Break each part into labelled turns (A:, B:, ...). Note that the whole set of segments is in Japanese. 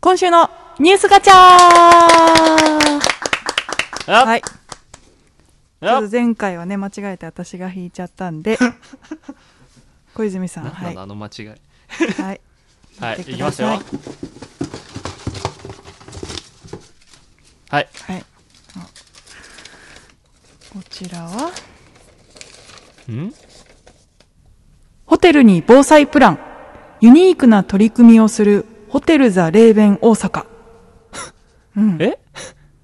A: 今週のニュースガチャは
B: あ
A: い。ちょっと前回はね、間違えて私が引いちゃったん で、小泉さん、
B: なん
A: は。
B: ないの
A: は
B: あの間違い。
A: い。
B: はい、
A: 見て
B: い
A: く
B: き
A: だ
B: ます
A: さい
B: よ。はい、
A: はい。あこちらは、
B: ん
A: ホテルに防災プラン。ユニークな取り組みをするホテルザ・レーベン大阪。うん。ちょ
B: え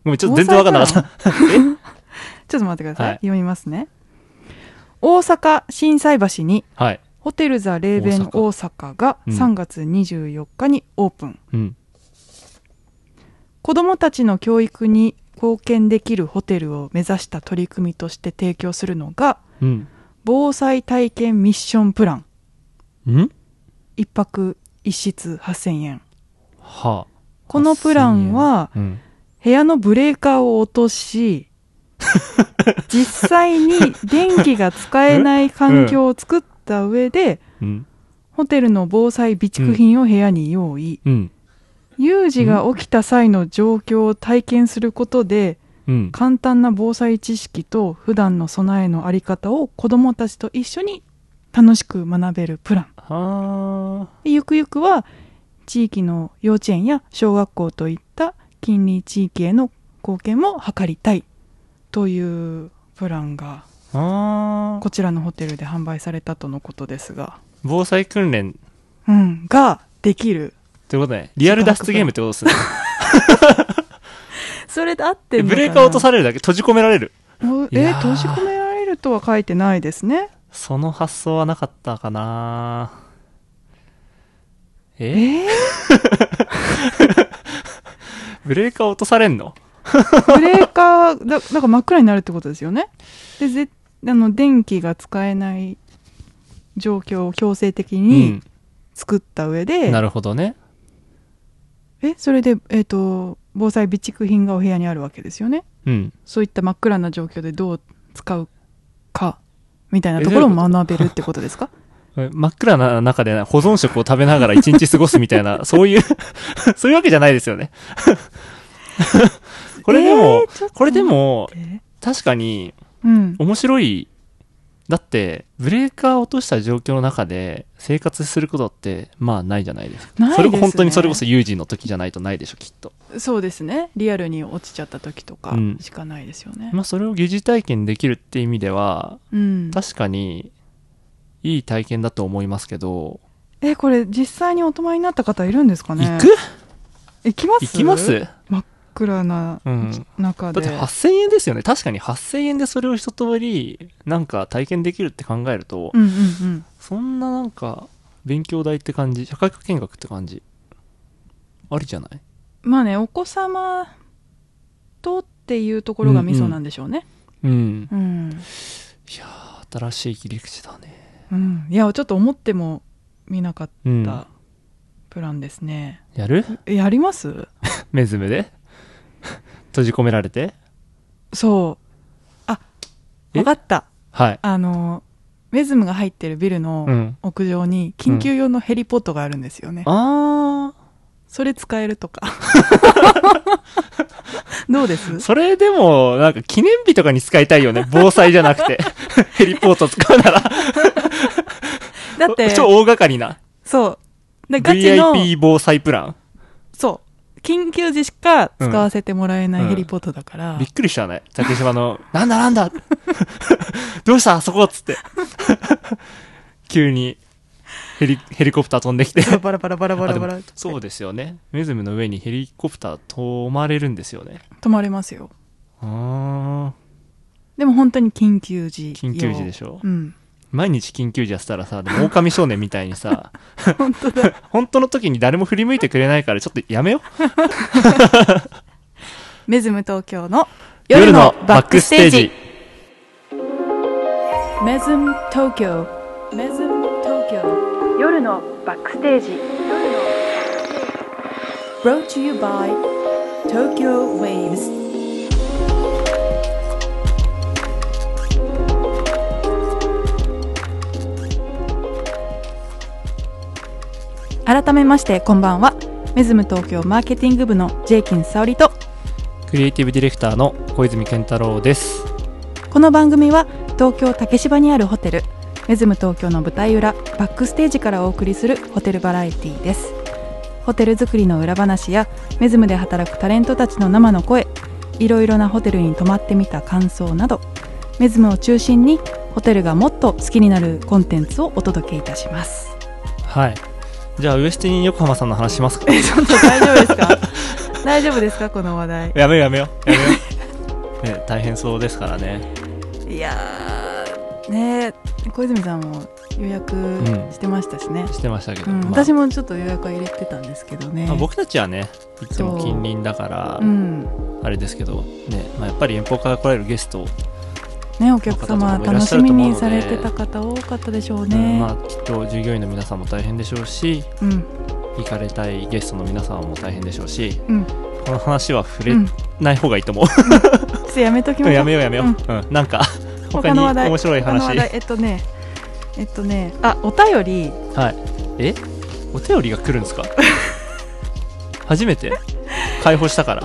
B: ごめん、ちょっと全然わかんなかった。
A: っと待ってください。
B: はい
A: 読みますね。大阪心斎橋に
B: はい。
A: ホテルザ・レーベン大阪が
B: うん
A: 3月24日にオープン。
B: うん。
A: 子どもたちの教育に貢献できるホテルを目指した取り組みとして提供するのが
B: うん。
A: 防災体験ミッションプラン
B: ん
A: 一泊一室8000円
B: はあ。
A: このプランは
B: うん。
A: 部屋のブレーカーを落と し実際に電気が使えない環境を作った上で
B: うん。
A: ホテルの防災備蓄品を部屋に用意、
B: うん。
A: 有事が起きた際の状況を体験することで、
B: うん。
A: 簡単な防災知識と普段の備えのあり方を子どもたちと一緒に楽しく学べるプラン
B: はあ。
A: でゆくゆくは地域の幼稚園や小学校といった近隣地域への貢献も図りたいというプランが
B: ああ。
A: こちらのホテルで販売されたとのことですが、
B: 防災訓練っ
A: うん、ができる
B: てことね。リアル脱出ゲームってこ とですね。
A: それで合って
B: え
A: るのか
B: ブ
A: な
B: レーカー落とされるだけ閉じ込められる。
A: お
B: い
A: え
B: やー
A: 閉じ込められるとは書いてないですね
B: その発想はなかったかな
A: え
B: え
A: ー
B: ブレーカー落とされんの
A: ブレーカーだだ から真っ暗になるってことですよねでぜあの電気が使えない状況を強制的に作った上
B: う
A: で、
B: ん。なるほどね。
A: えそれで、えー、と防災備蓄品がお部屋にあるわけですよね
B: うん。
A: そういった真っ暗な状況でどう使うかみたいなところを
B: えどういう
A: 学べるってことですか
B: え真っ暗な中で保存食を食べながら一日過ごすみたいな、 そういう、そういうわけじゃないですよね。 これでも、
A: えーちょっと
B: これでも、
A: え
B: 確かに
A: うん
B: 面白い。だって、ブレーカーを落とした状況の中で生活することって、まあないじゃないですか。
A: ないですね
B: それこ本当にそれこそ有事の時じゃないとないでしょ、きっと。
A: そうですねリアルに落ちちゃった時とか
B: うん
A: しかないですよね、
B: まあそれを疑似体験できるって意味では、
A: うん、
B: 確かに、いい体験だと思いますけど、
A: えこれ実際にお泊まりになった方いるんですかね
B: 行く
A: 行きます
B: 行きます
A: 真っ暗な
B: うん
A: 中
B: だっ
A: で、
B: て8000円ですよね確かに8000円でそれを一通りなんか体験できるって考えると、
A: うんうんうん
B: そんななんか勉強代って感じ社会科見学って感じありじゃない
A: まあねお子様とっていうところがミソなんでしょうね
B: うん
A: うん、
B: 新しい切り口だね
A: うんいやちょっと思っても見なかっ
B: うん
A: たプランですね、
B: やる
A: えやります
B: 目つめで 閉じ込められて
A: そうあ
B: え
A: わかった
B: はい
A: あのメズムが入ってるビル
B: う
A: の
B: ん
A: 屋上に緊急用のヘリポットがあるんですよね、
B: あ
A: それ使える とかどうです
B: ーそれでもなんか記念日とかに使いたいよね防災じゃな くてヘリポート使うなら
A: だって
B: 超大掛かりな
A: そうでガチの
B: VIP 防災プラン
A: そう。緊急時しか使わせてもらえな
B: う
A: い
B: ん
A: ヘリポートだから、
B: びっくりしたね。竹島の、 なんだなんだどうしたあそこっつって。 急にヘリ、ヘリコプター飛んできて。
A: バラバラバラ バラバラ
B: あ
A: バ
B: で
A: ラ
B: も。そうですよね。メズムの上にヘリコプター止まれるんですよね。
A: 止まれますよ。
B: あ
A: でも本当に緊急時。
B: 緊急時でしょ
A: うん。
B: 毎日緊急時やってたらさ、でも狼少年みたいにさ、
A: 本当だ。
B: 本当の時に誰も振り向いてくれないからちょっとやめよう。
A: メズム東京の夜のバックステージ。。メズム東京。メズム東京。夜のバックステージ。Brought to you by Tokyo Waves。改めましてこんばんはメズム東京マーケティング部のジェイキン沙織と
B: クリエイティブディレクターの小泉健太郎です。
A: この番組は東京竹芝にあるホテルメズム東京の舞台裏バックステージからお送りするホテルバラエティですホテル作りの裏話やメズムで働くタレントたちの生の声いろいろなホテルに泊まってみた感想などメズムを中心にホテルがもっと好きになるコンテンツをお届けいたします
B: はい。じゃあ、ウエスティン横浜さんの話しますか
A: えちょっと大丈夫ですか 大丈夫ですかこの話題
B: やめようやめよう。やめよ う。ね、大変そうですからね。
A: いやーねえ小泉さんも予約してましたしね、
B: してましたけど。
A: うん
B: まあ
A: 私もちょっと予約は入れてたんですけどね、
B: まあ僕たちはね、いつも近隣だから
A: う、ん、
B: あれですけど、ね、まあ、やっぱり遠方から来られるゲストを、
A: ねお客様
B: 方々もいら
A: 楽
B: っし
A: し
B: ゃる
A: み
B: と思う
A: に
B: ので
A: されてた方多かったでしょう
B: うん
A: ね、
B: まあ、きっと従業員の皆さんも大変でしょうし、
A: うん
B: 行かれたいゲストの皆さんも大変でしょうし、
A: うん
B: この話は触
A: う
B: れ
A: んち
B: ない方がいいと思う。
A: ょっとやめときましょう
B: やめようやめよう。
A: うん
B: うん。なんか、他
A: 他
B: に
A: の話題
B: 面白い
A: 他の
B: 話。
A: 話題えっとねえっとねあお便り
B: はい。えお便りが来る んですか初めて解放したから。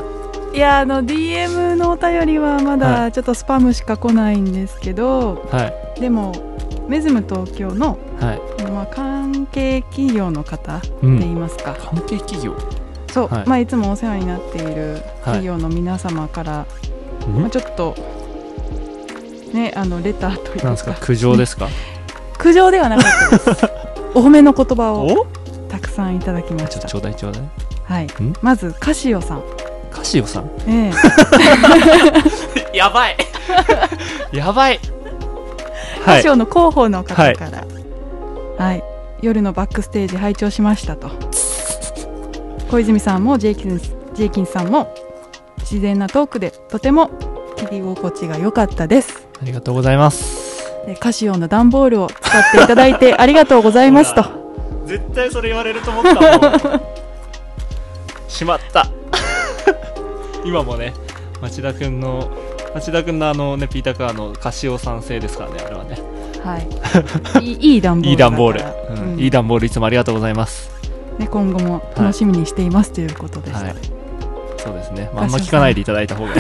A: いやあの DM のお便りはま
B: は
A: だちょっとスパムしか来ないんですけど、
B: はい。
A: でもメズム東京の、
B: はい。
A: まあ、関係企業の方って
B: う
A: 言い
B: ん。
A: ますか、
B: 関係企業
A: そう、
B: はい
A: い、まあいつもお世話になっている企業の皆様から、まあ、ちょっとねあのレターというか
B: なんですか苦情ですか
A: 苦情ではなかった ですお褒めの言葉を
B: お
A: たくさんいただきま
B: ち
A: し
B: ょ、
A: た
B: ちょうだいちょうだい。
A: はい
B: ん、
A: まずカシオさん、
B: カシオさん。
A: ええ
B: やば いやばいは
A: カ
B: い
A: シ。オの広報の方から、はい夜のバックステージ拝聴しましたと小泉さんもジェイキンスジェイキンさんも自然なトークでとても切り心地が良かったです
B: ありがとうございます。
A: でカシオの段ボールを使っていただいてありがとうございますと
B: ほ絶対それ言われると思った もんしまった今もね町田君の町田君のあのねピーター・カーのカシオさん製ですからねあれはね
A: はい、いいいい段ボール
B: いい段ボール、
A: だから
B: う
A: うん
B: ん、いい段ボールいつもありがとうございます
A: ね、今後も楽しみにしていますということでした、
B: はい
A: い、
B: そうですね、まあ、あん
A: カシオさん
B: ま聞かないでいただいた 方が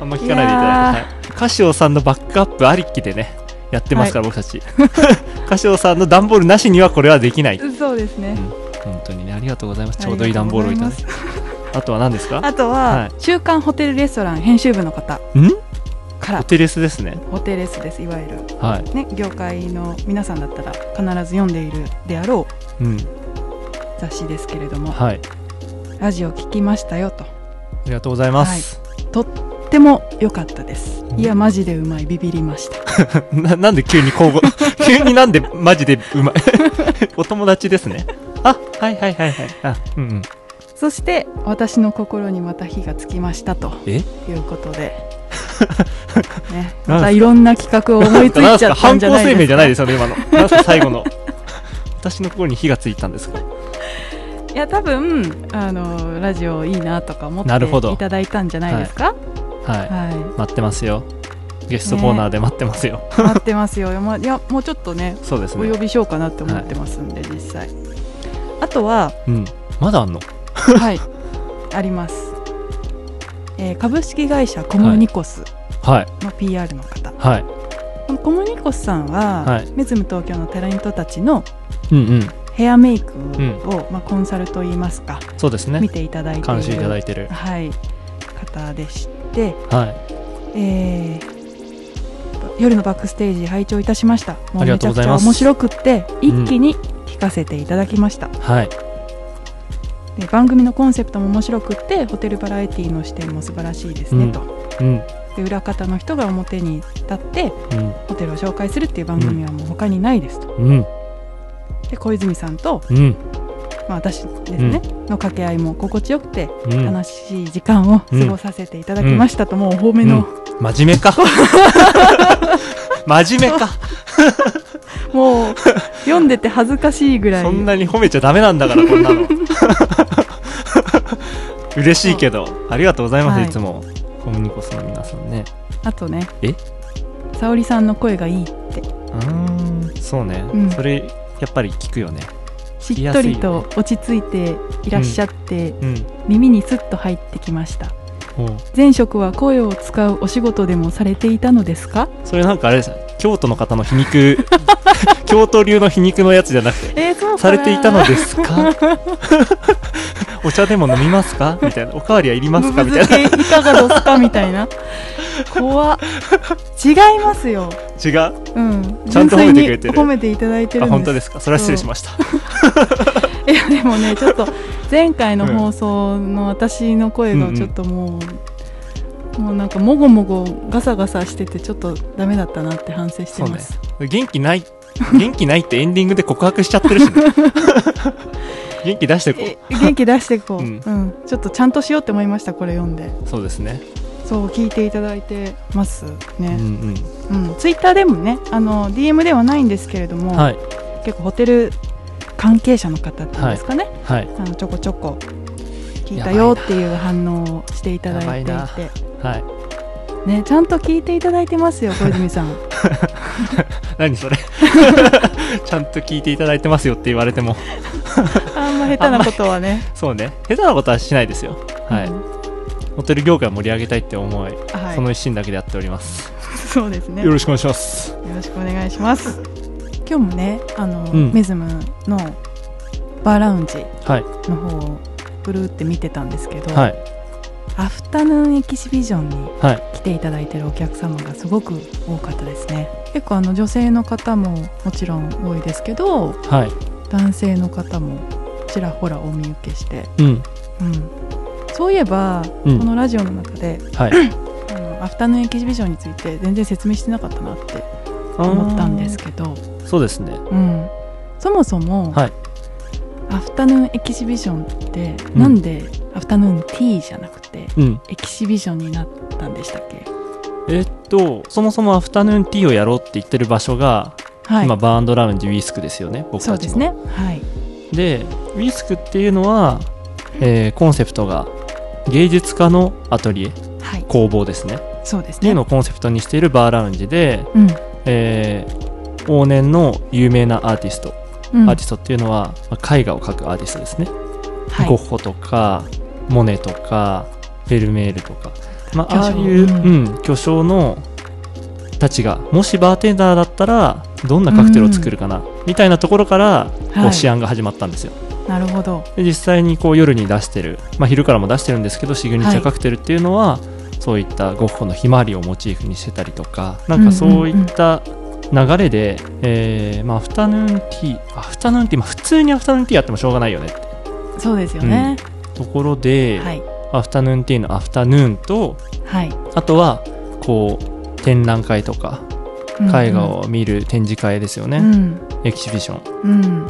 B: あんま聞かないでいただいて、はい、カシオさんのバックアップありきでねやってますから、僕たち カシオさんの段ボールなしにはこれはできない
A: そうですね、
B: 本当にねありがとうございますちょうどいい段ボールをいただいて
A: ありがとうござい
B: あとは何ですか
A: ますあとは、
B: はい
A: 週刊ホテルレストラン編集部の方
B: ん
A: か
B: お
A: ら
B: テレスですね
A: ホテレスですいわゆる、
B: はい
A: ね、業界の皆さんだったら必ず読んでいるであろう
B: うん
A: 雑誌ですけれども
B: はい
A: ラジオ聞きましたよと
B: ありがとうございます、
A: とっても良かったです
B: うん
A: いやマジでうまいビビりました
B: ななんで急に交互 急になんでマジでうまい お友達ですねあはいはいはいはいあうんうん
A: そして私の心にまた火がつきましたと
B: え
A: いうこと で、ね、
B: なんですか
A: またいろんな企画を思いついちゃったん
B: 犯
A: じ
B: 行
A: ゃないで
B: 声明
A: す
B: じ
A: か
B: ゃないですよね 今のなんすか最後の私の心に火がついたんですか
A: いや多分あのラジオいいなとか思って
B: なるほど
A: いただいたんじゃないですか
B: はい、
A: はい、
B: 待ってますよゲストコーナーで待ってますよ、
A: 待ってますよ、ま、いやもうちょっとね
B: そうです
A: お
B: ね
A: 呼びしようかなって思ってますんで、実際あと は
B: うんまだあんの
A: はいあります、えー株式会社コムニコス
B: はい
A: の PR の方、
B: はい
A: このコムニコスさんは、
B: はい
A: メズム東京のタレントたちの
B: うんうん
A: ヘアメイクを、
B: ん
A: まあ、コンサルといいますか、
B: そうですね
A: 見ていただいてい
B: 監
A: る
B: 修いただいてる
A: はい、方でして、
B: はい
A: えー夜のバックステージ拝聴いたしましたも
B: あ
A: う
B: りが
A: め
B: と
A: ちゃ
B: うご
A: く
B: ざい
A: ちゃ
B: ます
A: 面白くって一気に聞かせていただきました、
B: はい
A: で番組のコンセプトも面白くってホテルバラエティの視点も素晴らしいですね、
B: うん
A: と
B: うん
A: で裏方の人が表に立って
B: うん
A: ホテルを紹介するっていう番組はもう他にないですと
B: うん
A: で小泉さんと、
B: うん
A: まあ、私ですね、の掛け合いも心地よくて
B: うん
A: 楽しい時間を過ごさせていただきましたと、もうお褒めの、
B: 真面目 か真面目か
A: もう読んでて恥ずかしいぐらい
B: そんなに褒めちゃダメなんだからこんなの嬉しいけどありがとうございます、
A: はい
B: い、つもコムニコスの皆さんね
A: あとね
B: え
A: 沙織さんの声がいいって
B: うーんそうね、
A: うん
B: それやっぱり聞くよね
A: しっとりと落ち着いていらっしゃって、
B: うん
A: 耳にスッと入ってきました
B: おう
A: 前職は声を使うお仕事でもされていたのですか
B: それなんかあれですね京都の方の皮肉 京都流の皮肉のやつじゃなくて
A: えー、そうかな
B: されていたのです かお茶でも飲みますかみたいなおかわりはいりますかみたい な
A: ぶぶ漬けいかがどすかみたいな怖 っ違いますよ、
B: 違う
A: うん、
B: ちゃんと褒めてくれて
A: 純粋
B: る
A: に褒めていただいてる
B: あ
A: んです
B: 本当ですかそれは失礼しました
A: いやでもねちょっと前回の放送の私の声がちょっともう、もうなんかもごもごガサガサしててちょっとダメだったなって反省して
B: そう
A: ま
B: ね
A: す、
B: 元気ない元気ないってエンディングで告白しちゃって るし、ね、元気出してこ
A: え元気出していこう、う
B: う
A: んんちょっとちゃんとしようって思いましたこれ読んで
B: うそうですね
A: そう聞いていただいてます
B: うん
A: ね、うんツイッターでもねあの DM ではないんですけれど
B: う
A: も、
B: んはい
A: 結構ホテル関係者の方っていうんですかね、
B: はい
A: あのちょこちょこ聞いたよっていう反応をしていただいてい
B: やば
A: て
B: はい
A: ね、ちゃんと聞いていただいてます よ、小泉さん。
B: 何それちゃんと聞いていただいてますよって言われても
A: あんま下手なことはね。
B: そうね下手なことはしないですよはい、
A: うん
B: ホテル業界を盛り上げたいって思い、
A: はい、
B: その一心だけでやっております、
A: そうですね。
B: よ
A: よ
B: ろしくお願いします
A: ろしくお願いします。今日もね、あの、
B: うん
A: メズムのバーラウンジ
B: はい
A: の方をぐるーって見てたんですけど、
B: はい
A: アフタヌーンエキシビジョンに
B: はい
A: 来ていただいてるお客様がすごく多かったですね。結構あの女性の方ももちろん多いですけど、
B: はい
A: 男性の方もちらほらお見受けして、
B: うん
A: うん、そういえば、
B: うん
A: このラジオの中で
B: はい
A: あのアフタヌーンエキシビジョンについて全然説明してなかったなって 思ったんですけど、
B: そうですね
A: うん、そもそも、
B: はい
A: アフタヌーンエキシビジョンって、
B: うん
A: なんでアフタヌーンティーじゃなくて
B: うん
A: エキシビジョンになったんでしたっけ
B: えっとそもそもアフタヌーンティーをやろうって言ってる場所が、
A: はい
B: 今バーンドラウンジウィスクですよね僕たち
A: そ
B: の
A: うですねはい
B: でウィスクっていうのは、えーコンセプトが芸術家のアトリエ
A: はい
B: 工房ですね
A: そうです
B: ってい
A: ね
B: うのをコンセプトにしているバーラウンジで、
A: うん
B: えー往年の有名なアーティスト、
A: うん
B: アーティストっていうのは、まあ絵画を描くアーティストですね、
A: はい
B: ゴッホとかモネとかフェルメールとか、まあ、ああ
A: 巨匠
B: い
A: う
B: う、うん、巨匠のたちがもしバーテンダーだったらどんなカクテルを作るかな、みたいなところからこう
A: はい
B: 試案が始まったんですよ。
A: なるほど
B: で実際にこう夜に出してる、まあ、昼からも出してるんですけどシグニチャーカクテルっていうのは、そういったゴッホのひまわりをモチーフにしてたりとかなんかそういった流れで、えーまあ、アフタヌーンティーアフタヌーンティー、まあ、普通にアフタヌーンティーやってもしょうがないよねって
A: そうですよね、
B: ところで、
A: はい
B: アフタヌーンティーのアフタヌーンと
A: はい、
B: あとはこう展覧会とか
A: うん
B: 絵画を見る展示会ですよね、
A: うん
B: エキシビション
A: うん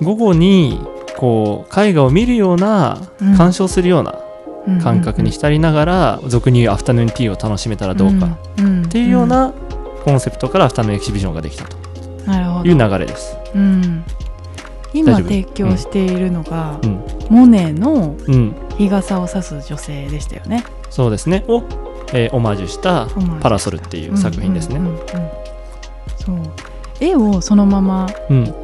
B: 午後にこう絵画を見るような
A: うん
B: 鑑賞するような、
A: うん
B: 感覚に浸りながら俗に言うアフタヌーンティーを楽しめたらどうか、っ
A: うんん
B: ていうようなコンセプトからアフタヌーンエキシビションができたと
A: うんなるほど
B: いう流れです。
A: うん、
B: 大
A: 今
B: 丈夫
A: 提供しているのが、
B: うん、
A: モネの
B: うん、
A: 日傘を差す女性でしたよね
B: そうですねを、えーオマージュした
A: オマージュした
B: 「パラソル」っていう作品ですね。
A: うんうんうんうんそう絵をそのまま
B: うん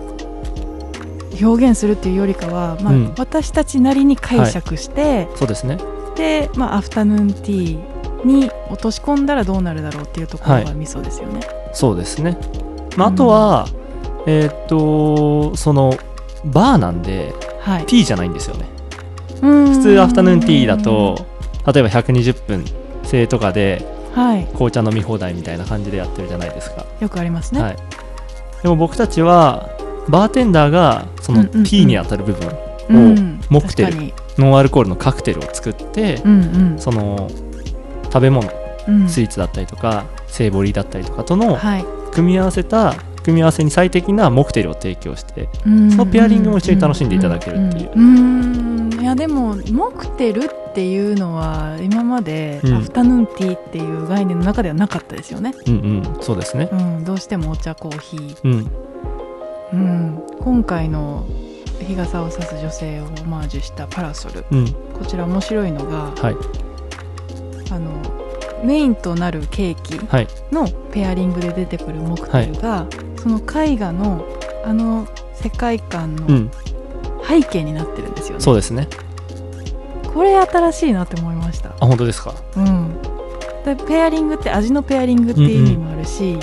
A: 表現するっていうよりかは、まあ
B: うん
A: 私たちなりに解釈して、
B: そうですね
A: で、まあ、アフタヌーンティーに落とし込んだらどうなるだろうっていうところ
B: は
A: が
B: い
A: ミソですよね。
B: そうですね、まあ、あ
A: うん
B: とは、えーっとそのバーなんで
A: はい
B: ティーじゃないんですよね。
A: 普
B: 普通アフタヌーンティーだと例えば120分制とかで
A: はい
B: 紅茶飲み放題みたいな感じでやってるじゃないですか。
A: よくありますね。
B: はい、でも僕たちはバーテンダーがその
A: うんうんうん
B: T に当たる部分、
A: うん、
B: モクテル
A: 確かに
B: ノンアルコールのカクテルを作って、
A: うんうん
B: その食べ物
A: うん
B: スイーツだったりとかセーボリーだったりとかとの
A: はい
B: 組み合わせた組み合わせに最適なモクテルを提供して
A: その
B: のペアリングも一緒に楽しんでいただけるっていう
A: うんうんうんいやでもモクテルっていうのは今まで
B: うん
A: アフタヌーンティーっていう概念の中ではなかったですよね、
B: うんうんそうですね
A: うん、どうしてもお茶コーヒー、
B: うん
A: うん、今回の日傘を差す女性をオマージュしたパラソル
B: うん
A: こちら面白いのが
B: はい
A: あのメインとなるケーキ
B: はい
A: のペアリングで出てくるモクテルが、その絵画のあの世界観
B: う
A: の
B: ん
A: 背景になってるんですよね、
B: そうですね
A: これ新しいなって思いました
B: あ本当ですか
A: うんでペアリングって味のペアリングっていう意味もあるし、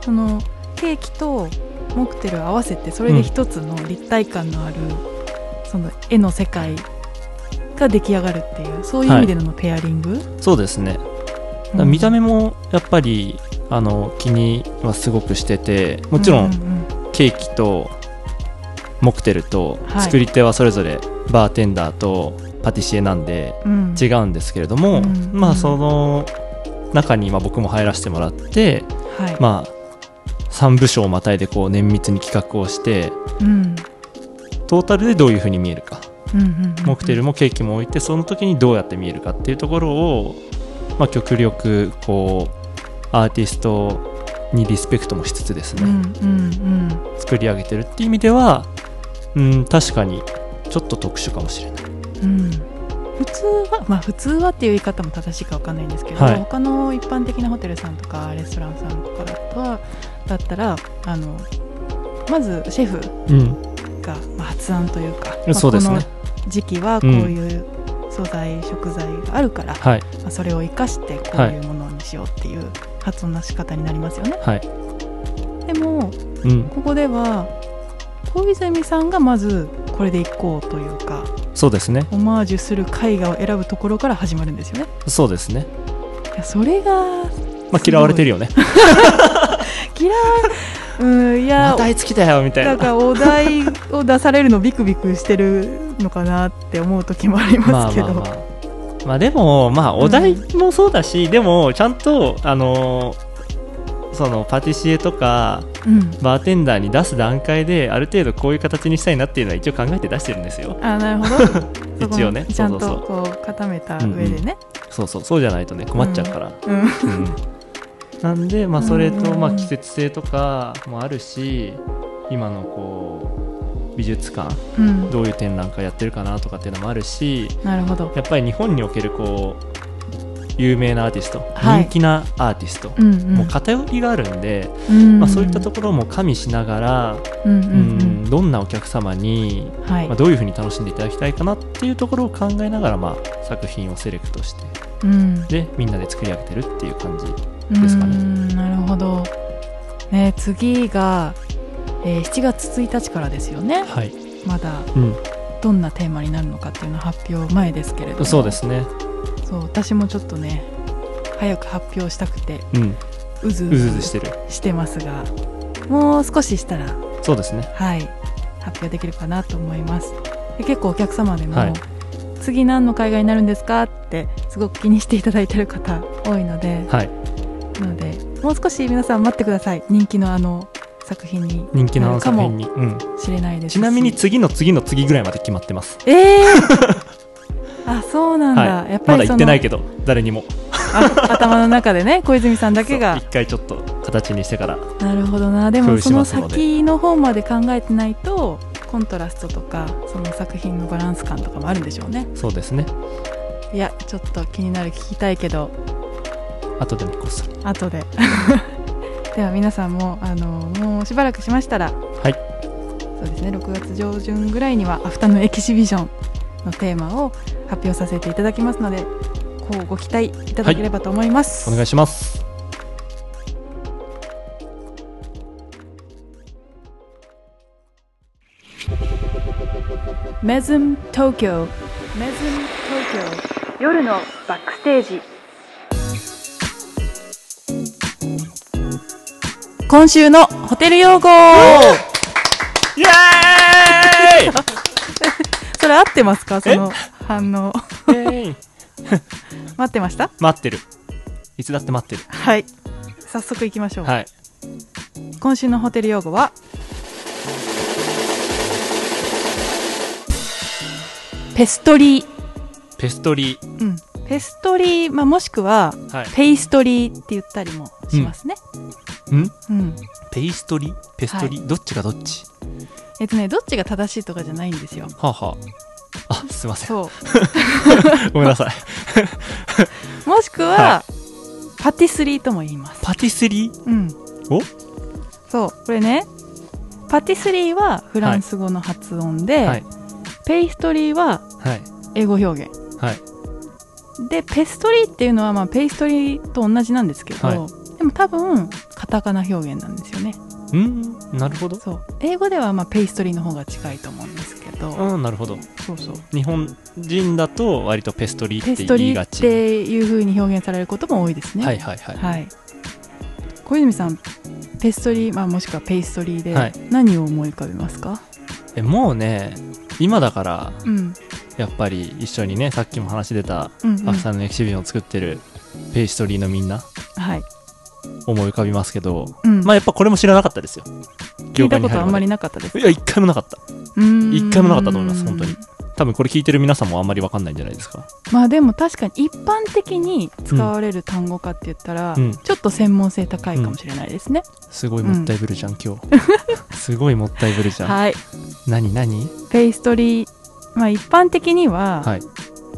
A: そのケーキとモクテルを合わせてそれで一つの立体感のある、その絵の世界が出来上がるっていうそういう意味でのペアリング、
B: そうですねだから
A: うん
B: 見た目もやっぱりあの気にはすごくしててもちろ
A: うん
B: ん
A: うん
B: ケーキとモクテルと
A: はい
B: 作り手はそれぞれバーテンダーとパティシエなんで
A: うんうん
B: 違うんですけれども、
A: うん
B: ま
A: う
B: あ
A: ん
B: その中に今僕も入らせてもらって、
A: はい
B: まあ3部署をまたいでこう綿密に企画をして
A: うん
B: トータルでどういうふうに見えるか
A: うんうんうん
B: モクテルもケーキも置いてその時にどうやって見えるかっていうところを、まあ、極力こうアーティストにリスペクトもしつつです
A: う
B: ね、
A: んうんうん
B: 作り上げてるっていう意味ではうん確かにちょっと特殊かもしれない
A: うん普通はまあ普通はっていう言い方も正しいかわかんないんですけど、
B: はい
A: 他の一般的なホテルさんとかレストランさんとかだとはだったらあのまずシェフ
B: うん
A: がまあ発案というか、まあ
B: そうですね
A: この時期はこういう素材、食材があるから、
B: はい
A: まあそれを生かしてこういうものにしようっていう発音の仕方になりますよね。
B: はい
A: でも
B: うん
A: ここでは小泉さんがまずこれでいこうというか
B: そうですね
A: オマージュする絵画を選ぶところから始まるんですよね。
B: そうですね
A: いやそれが
B: まあ嫌われてるよね
A: 嫌いうんい
B: ま
A: や
B: たあいつ来たよみたい
A: な
B: なん
A: かお題を出されるのビクビクしてるのかなって思う時もありますけど、
B: まあまあでもまあお題もそうだし、でもちゃんとあのーそのパティシエとか
A: うん
B: バーテンダーに出す段階である程度こういう形にしたいなっていうのは一応考えて出してるんですよ
A: あなるほどそこも
B: 一応ね
A: ちゃん
B: そ
A: と
B: う
A: こう固めた上でね
B: そうそうそうじゃないとね困っちゃうから、
A: うん
B: うんなんでまあそれと
A: うん
B: まあ季節性とかもあるし今のこう美術館
A: うん
B: どういう展覧会やってるかなとかっていうのもあるし
A: なるほど
B: やっぱり日本におけるこう有名なアーティスト、
A: はい
B: 人気なアーティスト、
A: うんうん
B: もう偏りがあるんで、
A: うん
B: まあ、そういったところも加味しながら、
A: うんう
B: うん
A: ん
B: どんなお客様に、
A: うんはい
B: まあ、どういうふうに楽しんでいただきたいかなっていうところを考えながら、まあ、作品をセレクトして
A: うん
B: でみんなで作り上げてるっていう感じですかね
A: うんなるほどね次がえー7月1日からですよね
B: はい、
A: まだ
B: う
A: どんなテーマになるのかっていうのは発表前ですけれども
B: ん、そうですね、
A: そう私もちょっとね早く発表したくて
B: うん、
A: うずう
B: うずうず
A: ず
B: し
A: して
B: る
A: てますがもう少ししたら
B: そうですね
A: はい発表できるかなと思いますで結構お客様でも、
B: はい
A: 次何の海外になるんですかってすごく気にしていただいてる方多いので
B: はい
A: なのでもう少し皆さん待ってください人気のあの作品に
B: 人気のあ
A: なる
B: の
A: か
B: 作
A: も
B: 品に、うん、
A: 知れないですし
B: ちなみに次の次の次ぐらいまで決まってます
A: ええー あそうなんだ、
B: はい
A: やっぱ
B: まだ
A: り
B: 言
A: そ
B: って
A: の、
B: ないけど誰にも
A: あ 頭の中でね小泉さんだけが
B: そう一回ちょっと形にしてから
A: なるほどなで
B: 工
A: も
B: 夫
A: そ
B: し
A: の
B: ますので
A: 先の方まで考えてないとコントラストとかその作品のバランス感とかもあるんでしょうね
B: そうですね
A: いやちょっと気になる聞きたいけど
B: 後でもこっそり
A: 後で では皆さんもあのもうしばらくしましたら
B: はい
A: そうですね6月上旬ぐらいにはアフタヌーンエキシビジョンのテーマを発表させていただきますのでこうご期待いただければと思います、
B: お願いします
A: メズム東京メズム東京夜のバックステージ今週のホテル用語
B: イエ
A: それ合ってますかその反応
B: ーイイエーイ
A: 待ってました
B: 待ってるいつだって待ってる
A: はい早速行きましょう、
B: はい
A: 今週のホテル用語はペストリー、
B: ペストリー
A: うん、ペストリー、まあ、もしくは
B: はい
A: ペイストリーって言ったりもしますね、
B: ん
A: うん、
B: ペイストリーペストリー、どっちがどっち
A: えっとね、どっちが正しいとかじゃないんですよ。
B: はあはああすいません
A: そ。
B: ごめんなさいう
A: もしくは、
B: は
A: パティスリーとも言います。
B: パティスリー
A: うん。
B: お
A: そう。これね、パティスリーはフランス語の発音で、
B: はい
A: ペイストリーは
B: はい
A: 英語表現
B: はい
A: でペストリーっていうのはまあペイストリーと同じなんですけど、
B: はい
A: でも多分カタカナ表現なんですよね
B: うんなるほど
A: そう英語ではまあペイストリーの方が近いと思うんですけど、
B: うんなるほど
A: そうそう
B: 日本人だと割とペストリー
A: ペ
B: って
A: スト
B: 言い
A: リー
B: が
A: っ
B: ちは
A: ていう風に表現されることも多いですね
B: いはいはい、
A: はい小泉さんペストリー、まあ、もしくはペイストリーで
B: はい
A: 何を思い浮かべますか、
B: えもうね今だから
A: うん
B: やっぱり一緒にねさっきも話出た
A: うんうん
B: アフタヌーンエキシビションを作ってるペーストリーのみんな
A: はい、
B: 思い浮かびますけど、
A: うん
B: まあやっぱこれも知らなかったですよ
A: 聞いたことあんま
B: り
A: りなかったです
B: いや一回もなかった
A: 一
B: 一回もなかったと思います本当に多分これ聞いてる皆さんもあんまりわかんないんじゃないですか
A: まあでも確かに一般的に使われる単語かって言ったら、
B: うん
A: ちょっと専門性高いかもしれないですね、
B: すごいもったいぶるじゃん、今日すごいもったいぶるじゃん、
A: はい
B: 何何
A: ペイストリーまあ一般的には、
B: はい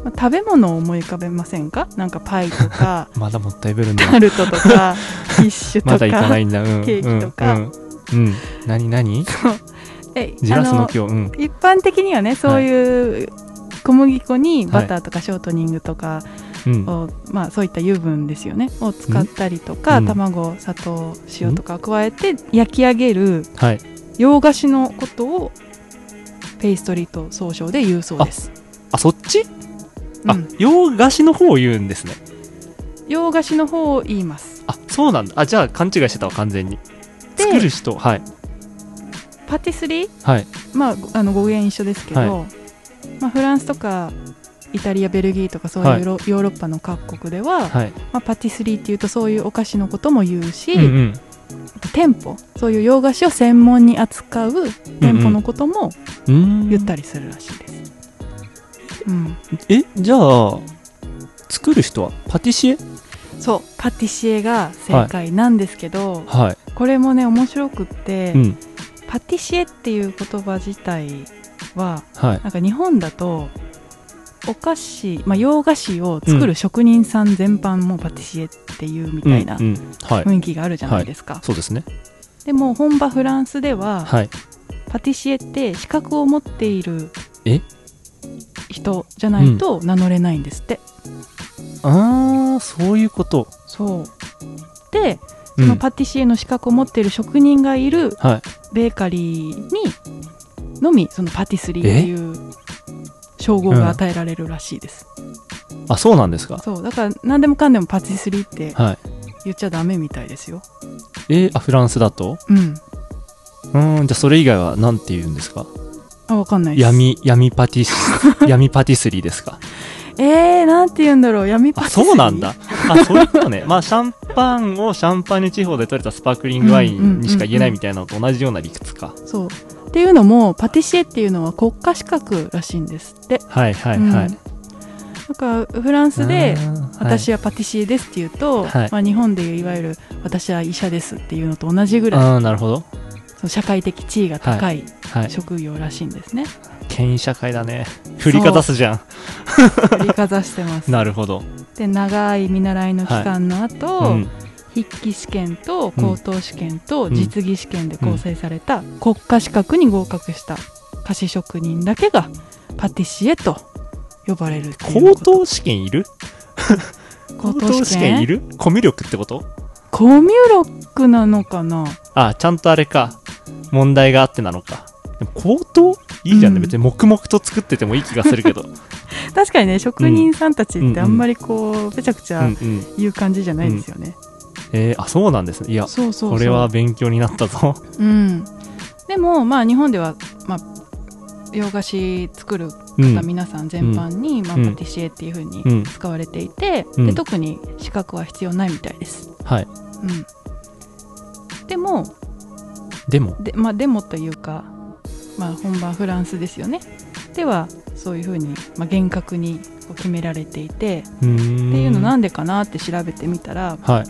A: まあ食べ物を思い浮かべませんかなんかパイとか
B: まだもったいぶ るんだ
A: タルトと かティッシュとか
B: まだ行かないんだ、うん、
A: ケーキとか
B: うんうんうん何何
A: え
B: ジ
A: あ
B: ラスの
A: の
B: 今日うん
A: 一般的にはねそういう小麦粉にバターとかショートニングとか
B: うん
A: を、まあ、そういった油分ですよねを使ったりとか、
B: うん
A: 卵砂糖塩とかを加えて焼き上げる
B: はい
A: 洋菓子のことをペイストリーと総称で言うそうです、
B: あそっち、
A: う
B: あ
A: ん
B: 洋菓子の方を言うんですね
A: 洋菓子の方を言います
B: あそうなんだあじゃあ勘違いしてたわ完全に
A: で
B: 作る人はい
A: パティスリー、
B: はい
A: まあ、あの語源一緒ですけど、
B: は
A: まあ、フランスとかイタリアベルギーとかそういうヨーロ,、ヨーロッパの各国では、
B: はい、
A: まあ、パティスリーっていうとそういうお菓子のことも言うし、
B: うんうん、
A: 店舗そういう洋菓子を専門に扱う店舗のことも
B: うーん
A: 言ったりするらしいです。うん、
B: えじゃあ作る人はパティシエ
A: そうパティシエが正解なんですけど、
B: は
A: これもね面白くって、
B: いうん
A: パティシエっていう言葉自体は
B: はい
A: なんか日本だとお菓子、まあ、洋菓子を作る職人さん全般もパティシエっていうみたいな
B: うんうん、はい
A: 雰囲気があるじゃないですか、
B: そうですね
A: でも本場フランスでは、
B: はい
A: パティシエって資格を持っている
B: え
A: 人じゃないと名乗れないんですって、
B: ああそういうこと
A: そうで
B: う
A: そ
B: ん
A: のパティシエの資格を持っている職人がいる
B: はい
A: ベーカリーにのみそのパティスリーっていう称号が与えられるらしいです、
B: あそうなんですか
A: そうだから何でもかんでもパティスリーって
B: はい
A: 言っちゃダメみたいですよ
B: えーあフランスだと
A: うん
B: うーんじゃあそれ以外はなんて言うんですか
A: あわかんないです
B: 闇闇パ ティス闇パティスリーですか
A: えー、なんて言うんだろう闇パテ
B: あ
A: ィスリー
B: そうなんだあそういうことねまあシャンパンをシャンパーニュ地方で取れたスパークリングワインにしか言えないみたいなのと同じような理屈か
A: そうっていうのもパティシエっていうのは国家資格らしいんですって
B: はいはい
A: うん
B: はい、
A: なんかフランスで「私
B: は
A: はパティシエです」って言うと、
B: はい
A: まあ、日本でいういわゆる「私は医者です」っていうのと同じぐらい
B: ああーなるほど
A: その社会的地位が高い
B: はい
A: 職業らしいんですね、
B: 権威社会だね振りかざすじゃん
A: 振りかざしてます
B: なるほど、
A: で長い見習いの期間の後、
B: うん、
A: 筆記試験と
B: うん
A: 口頭試験と
B: うん
A: 実技試験で構成された国家資格に合格した菓子職人だけがパティシエと呼ばれるっていう
B: 口
A: こと
B: 頭試験いる
A: 口頭試験
B: いるコミュ力ってこと
A: コミュ力なのかな
B: あちゃんとあれか問題があってなのかでも口頭いいじゃんね、
A: うん
B: 別に黙々と作っててもいい気がする けど
A: 確かにね職人さんたち
B: うん
A: っ
B: うん
A: てあんまりこうべちゃくち
B: うんう
A: ゃ
B: ん
A: 言う感じじゃないですよね、
B: えー、あそうなんですねいや
A: そうそうそう
B: これは勉強になったぞ
A: うんでもまあ日本では、まあ、洋菓子作る
B: うん
A: 方皆さん全般に、まあ、
B: うん
A: パティシエっていう風
B: う
A: に
B: ん
A: 使われていて、
B: うん
A: で特に資格は必要ないみたいです、
B: はい
A: うん、でも
B: でも
A: で,、まあ、でもというか、まあ、本場フランスですよねではそういう風に、まあ、厳格にこう決められていて
B: うーん
A: っていうのなんんでかなって調べてみたら、
B: はい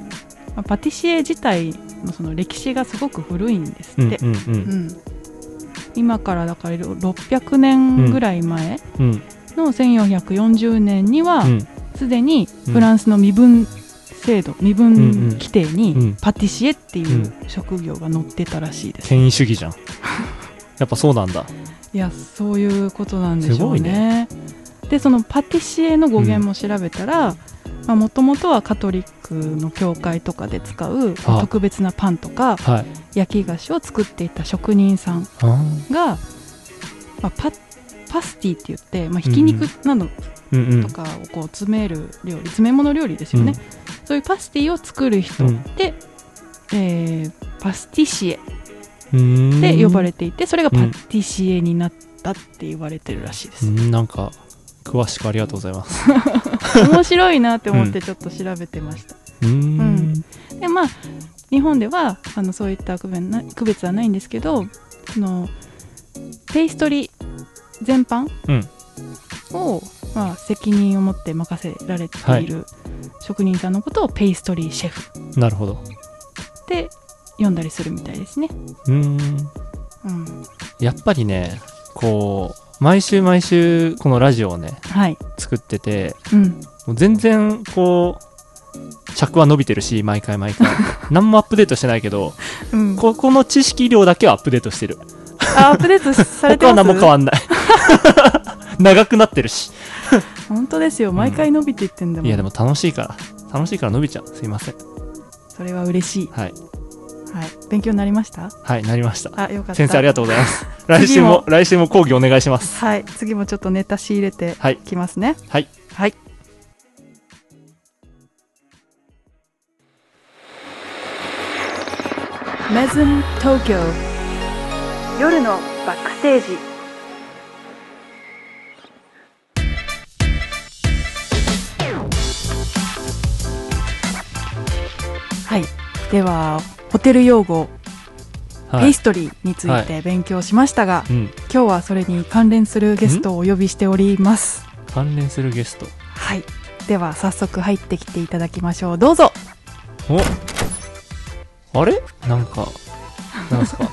A: まあパティシエ自体のその歴史がすごく古いんです
B: う
A: っ
B: ん
A: て、
B: うんうん
A: うん今からだから600年ぐらい前
B: うん
A: の1440年には
B: うん
A: すでにフランスの身分制度身
B: ん
A: 分
B: うん
A: 規定
B: う
A: に
B: ん
A: パティシエっていう職業が載ってたらしいです、
B: 権威主 義じゃんやっぱそうなんだ
A: いやそういうことなんでしょう
B: すごい
A: ねでそのパティシエの語源も調べたらもともとはカトリックの教会とかで使う
B: あ
A: 特別なパンとか
B: はい
A: 焼き菓子を作っていた職人さん
B: あー
A: が、まあ、パパスティって言って、まあ、ひき肉など
B: うんうん
A: とかをこう詰める料理、詰め物料理ですよね、そういうパスティを作る人
B: うん
A: で、えーパスティシエ
B: うーん
A: で呼ばれていてそれがパティシエになったって言われてるらしいで
B: う
A: す、
B: んなんか詳しくありがとうございます
A: 面白いなって思っ
B: う
A: てちょっと調べてました、
B: うーん
A: うんでまあ日本ではあのそういった区別な区別はないんですけどそのペイストリー全般
B: うん
A: を、まあ、責任を持って任せられている職人さんのことをペイストリーシェフ
B: なるほど
A: って呼んだりするみたいですね、
B: うーん
A: うん、
B: やっぱりねこう毎週毎週このラジオをね
A: はい、
B: 作ってて
A: うん、
B: もう全然こう尺は伸びてるし毎 回毎回何もアップデートしてないけど
A: うん、
B: ここの知識量だけはアップデートしてる
A: あアップデー トされて
B: 他
A: ます
B: は何も変わんない 長くなってるし
A: 本当ですよ毎回伸びていってんだもん、
B: いやでも楽しいから楽しいから伸びちゃうすいません
A: それは嬉しい、
B: はい
A: はい、勉強になりました
B: はいなりました
A: あよかった
B: 先生ありがとうございます来
A: 次
B: 週
A: も
B: も来週も講義お願いします
A: はい次もちょっとネタ仕入れて
B: はい
A: きますね
B: はい
A: はいメズム東京夜のバックステージはいではホテル用語、
B: は
A: ペイ
B: い
A: ストリーについて勉強しましたが、
B: うん
A: 今日はそれに関連するゲストをお呼びしております
B: 関連するゲスト
A: はいでは早速入ってきていただきましょうどうぞ
B: おあれなんかなんすか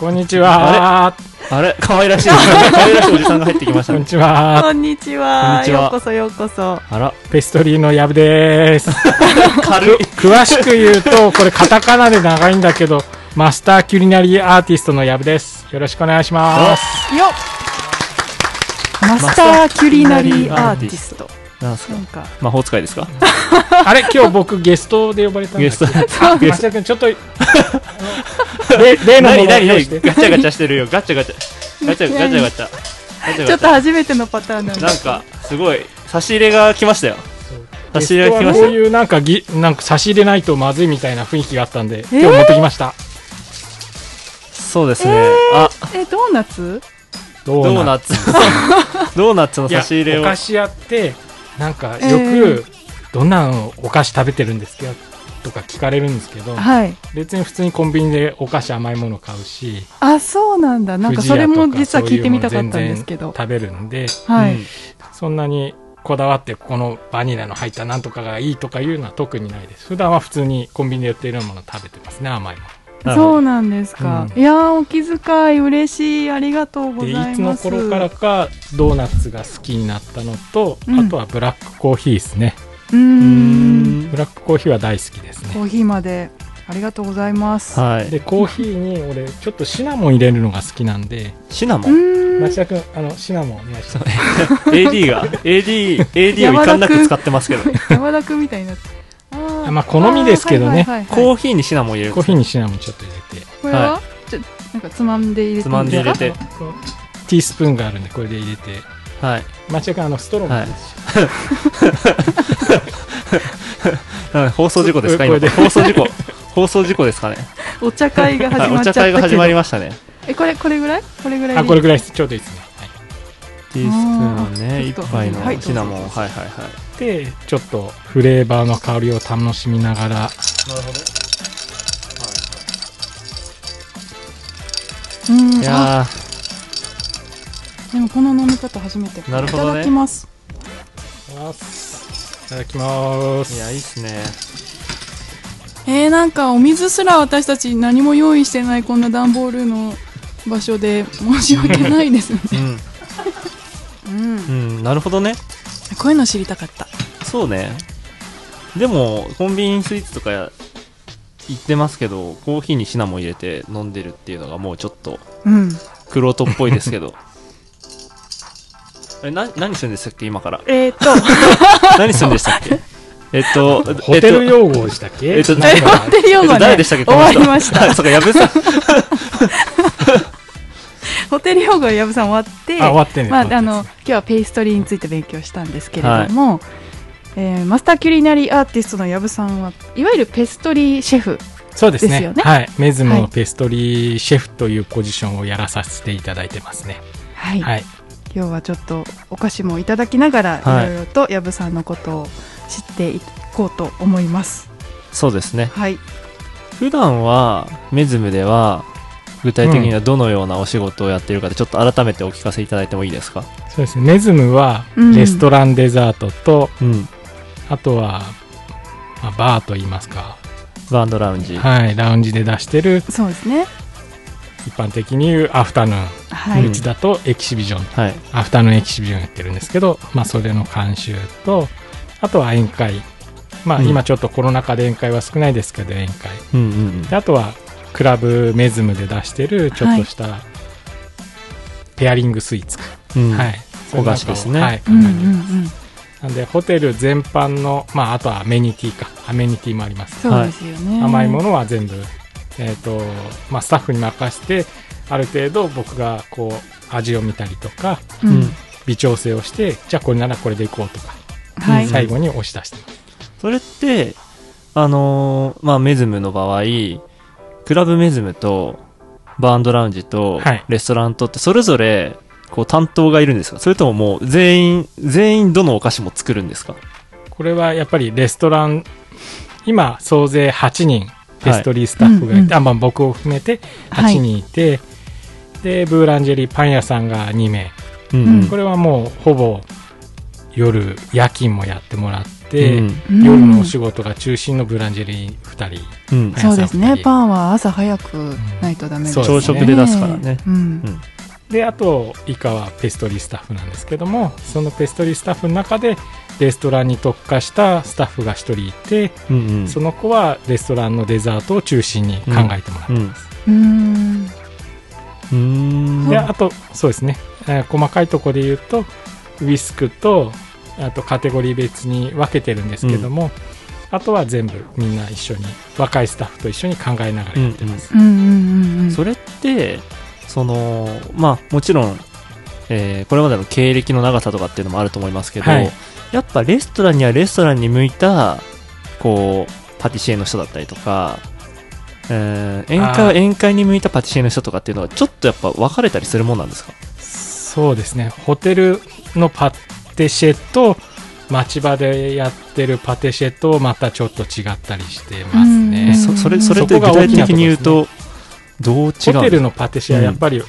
C: こんにちは。
B: あれ可愛らしいおじさん可愛らしいおじさんが入ってきました
C: こ ん
B: ね
C: にちは。
A: こんにち
B: こ
A: は
B: んにちは
A: ようこそようこそ
B: あら
C: ペストリーのや ぶです。
B: 軽い
C: 詳しく言うと、これカタカナで長いんだけど、マスターキュリナリーアーティストのやぶです。よろしくお願いします。
A: よっマスターキュリナリーアーティスト
B: なんすか
A: なんか
B: 魔法使いですか
C: あれ今日僕ゲストで呼ばれたんだ
B: ゲスト
C: ト。
B: ゲ
C: マ
B: スト
C: スター君、ちょっと、あの例例のもの
B: 何
C: を
B: 何
C: 用意
B: 何
C: して。
B: ガチャガチャしてるよガチャガチャガチャガチャガチャガチャ
A: ちょ
B: ガ
A: っ
B: チ
A: と初めてのパターンなん
B: ャ
A: で
B: なん
A: す
B: かすごい差し入れが来ましたよ差
C: ゲ
B: し入れ
C: スト
B: が来ま
C: はこう
B: したよ
C: いうなんかぎなんか差し入れないとまずいみたいな雰囲気があったんで、
A: ー
C: 今日持ってきました。
B: そうです
A: え
B: ねあ
A: ー、えドーナツ
C: ど
B: ドーナツドーナツの
C: いや
B: 差し入れを
C: お菓子屋ってなんかよく、
A: えー
C: どんなお菓子食べてるんですかとか聞かれるんですけど
A: はい
C: 別に普通にコンビニでお菓子甘いもの買うし
A: あそうなんだなんかそれも実は聞いてみたかったんですけど
C: 食べるんで
A: は
B: う
A: い
B: ん、
C: そんなにこだわってこのバニラの入ったなんとかがいいとかいうのは特にないです普段は普通にコンビニで売っているもの食べてますね甘いもの
B: なるほど
A: そうなんですか、
C: うん
A: いやーお気遣い嬉しいありがとうござい
C: で
A: ま
C: い
A: す
C: つの頃からかドーナツが好きになったのと、
A: うん
C: あとはブラックコーヒーですね
A: うー
B: うー
A: ん
B: ん
C: ブラックコーヒーは大好きですね
A: コーヒーまでありがとうございます。
B: はい
C: でコーヒーに俺ちょっとシナモン入れるのが好きなんで
B: シナモ
A: う
B: ン
A: ーん
C: 町田君あのシナモンお願いします
B: AD が AD, AD を
A: 山田
B: いか
A: 君
B: んなく使ってますけど
A: 山田君みたいになって。あー
C: まあ好みですけどね
A: あーはいはいはいはい
B: コーヒーにシナモン入れるん
C: コー
B: です
C: ヒーにシナモンちょっと入れて
A: これは、
B: は
A: ちょなんかつまんで入れて
B: つまんで入れて
C: あのこのティースプーンがあるんでこれで入れて
B: はい
C: 町田君あのストローも、
B: はいはい放送事故ですか
C: こ
B: 今
C: れで
B: 放送事故放送事故ですかね
A: お茶会が
B: はい
A: 始ま
B: お
A: っちゃ
B: 茶
A: った
B: 会
A: けど。
B: が始まりましたね
A: えこれこれぐらい？これぐらいでいい？
C: あこれぐらいですちょうどいいですね、はい
B: ティースプーンね
A: あー
B: 一
A: は
B: 杯
A: いど
B: の
A: うぞ
B: シナモンはいはいはい
C: でちょっとフレーバーの香りを楽しみながら
B: なるほど
A: うん。
B: い
A: あ
B: や
A: でもこの飲み方初めて。
B: なるほどね
A: いただきます。
C: いただきま
B: ーいやいいっすね
A: えー、なんかお水すら私たち何も用意してないこんな段ボールの場所で申し訳ないですね。うん
B: う。んうんなるほどね
A: こういうの知りたかった。
B: そうねでもコンビニスイーツとかや行ってますけどコーヒーにシナモン入れて飲んでるっていうのがもうちょっと
A: うん
B: クロートっぽいですけどえな何するんでしたっけ今から
A: えー、っ と
B: 何するんでしたっけえっとえっと
C: ホテル用語でしたっけ、
B: えっと
C: なん
A: え
C: か
A: ホテル用
B: えっ
A: 語
B: と
A: ね
B: 誰でしたっけこの人
A: 終わりました
B: あそうか矢部さん
A: ホテル用語は藪さん終わって
C: あ終わってんね
A: ま
C: 終
A: あ、
C: わ
A: あ
C: って
A: の
C: んね
A: 今日はペイストリーについて勉強したんですけれども、えーマスターキュリナリーアーティストの藪さんはいわゆるペストリーシェフ
C: そうですね
A: ですよね
C: はい。メズム
A: は
C: の
A: い
C: ペストリーシェフというポジションをやらさせていただいてますね。
A: はい、
C: はい。
A: 今日はちょっとお菓子もいただきながら、
B: はい
A: い、ろいろと藪さんのことを知っていこうと思います
B: そうですね
A: はい
B: 普段はメズムでは具体的にはどのようなお仕事をやってるかでちょっと改めてお聞かせいただいてもいいですか
C: そうですね。メズムは
A: うん
C: レストランデザートと、
B: うん
C: あとは、まあ、バーといいますか、
B: バンドラウンジ
C: はい、ラウンジで出してる
A: そうですね
C: 一般的に言うアフタヌーン、
A: は
B: う
A: い、
C: うちだとエキシビジョン
B: はい
C: アフタヌーンエキシビジョンやってるんですけど、まあ、それの監修とあとは宴会まあ
B: うん
C: 今ちょっとコロナ禍で宴会は少ないですけど宴会
B: うんうんうん
C: であとはクラブメズムで出してるちょっとしたペアリングスイーツか、
B: うん
C: はい
B: お菓子ですね
C: はい、
A: うんうんうん
C: なんでホテル全般の、まあ、あとはアメニティかアメニティもあります
A: そうですよね、
C: 甘いものは全部、えーとまあ、スタッフに任せてある程度僕がこう味を見たりとか
A: うん、
B: うん
C: 微調整をしてじゃあこれならこれでいこうとか、
A: はい、
B: うん
C: 最後に押し出してます、
B: それってあのーまあメズムの場合クラブメズムとバーンドラウンジと
C: はい
B: レストランとってそれぞれこう担当がいるんですかそれとももう全員全員どのお菓子も作るんですか
C: これはやっぱりレストラン今総勢8人ペストリースタッフがいて、
A: うんうん
C: あまあ、僕を含めて
A: はい
C: 8人いて、でブーランジェリーパン屋さんが2名
B: うん
A: うん
C: これはもうほぼ夜夜勤もやってもらって、
B: うん
A: うん
C: 夜のお仕事が中心のブーランジェリー2人
B: うん
C: はい
A: そうです
C: 朝早
A: ね
C: く
A: パンは朝早くないとダメですね、
C: そうですね朝
B: 食で出すからね
A: うん
B: うん
C: であと以下はペストリースタッフなんですけどもそのペストリースタッフの中でレストランに特化したスタッフが1人いて、
B: うんうん
C: その子はレストランのデザートを中心に考えてもらってます、
A: うん
B: うーん
C: であとそうですね、えー細かいとこで言うとウイスクとあとカテゴリー別に分けてるんですけども、あとは全部みんな一緒に若いスタッフと一緒に考えながらやってます、
A: うんうんうんうん
B: それってそのまあもちろん、えーこれまでの経歴の長さとかっていうのもあると思いますけど、
C: はい
B: やっぱレストランにはレストランに向いたこうパティシエの人だったりとか、えー宴会は
C: あー
B: 宴会に向いたパティシエの人とかっていうのはちょっとやっぱ分かれたりするもんなんですか
C: そうですねホテルのパティシエと町場でやってるパティシエとまたちょっと違ったりしてます
A: う
B: え
A: ん
C: ね
B: そそれそれって
C: そ
B: 具
C: こが大
B: 体
C: き
B: 的
C: なとこですね
B: に言うとどう違う
C: ホテル
B: の
C: のパティシエはやっぱり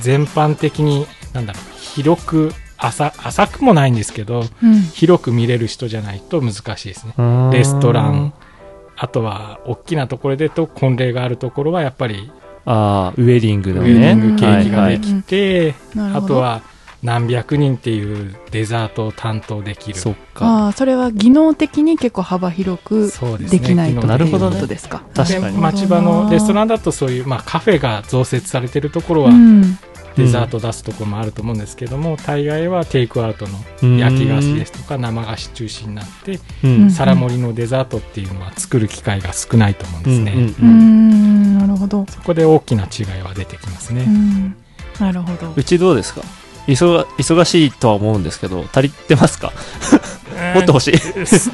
C: 全般的になんだろう広く浅浅くもないんですけど
A: うん
C: 広く見れる人じゃないと難しいですね
B: うーん
C: レストランあとは大きなところでと婚礼があるところはやっぱり
B: あーウェディング
C: ウ
B: の
C: ェ
B: ね
C: ディングケーキが
B: はい
C: で
B: はい
C: きて
A: なるほ
C: あ
A: ど
C: とは何百人っていうデザートを担当できる
B: そっか
A: ああそれは技能的に結構幅広く
C: そうですね
A: できないと
B: なるほど
A: いう
B: ね
A: ことですか
B: 確かに
C: で町場のレストラ
A: ン
C: ンだとそういう、まあ、カフェが増設されてるところ
A: は
C: は
A: うん
C: デザート出すところもあると思うんですけども、大概はテイクアウトの
B: うん
C: 焼き菓子ですとか生菓子中心になって、
B: うん
C: 皿盛りのデザートっていうのは作る機会が少ないと思うんですね、
B: うんうん
A: うーんなるほど
C: そこで大きな違いは出てきますね、
A: うんなるほど
B: うちどうですか忙が忙しいとは思うんですけど足りてますかもっと欲しい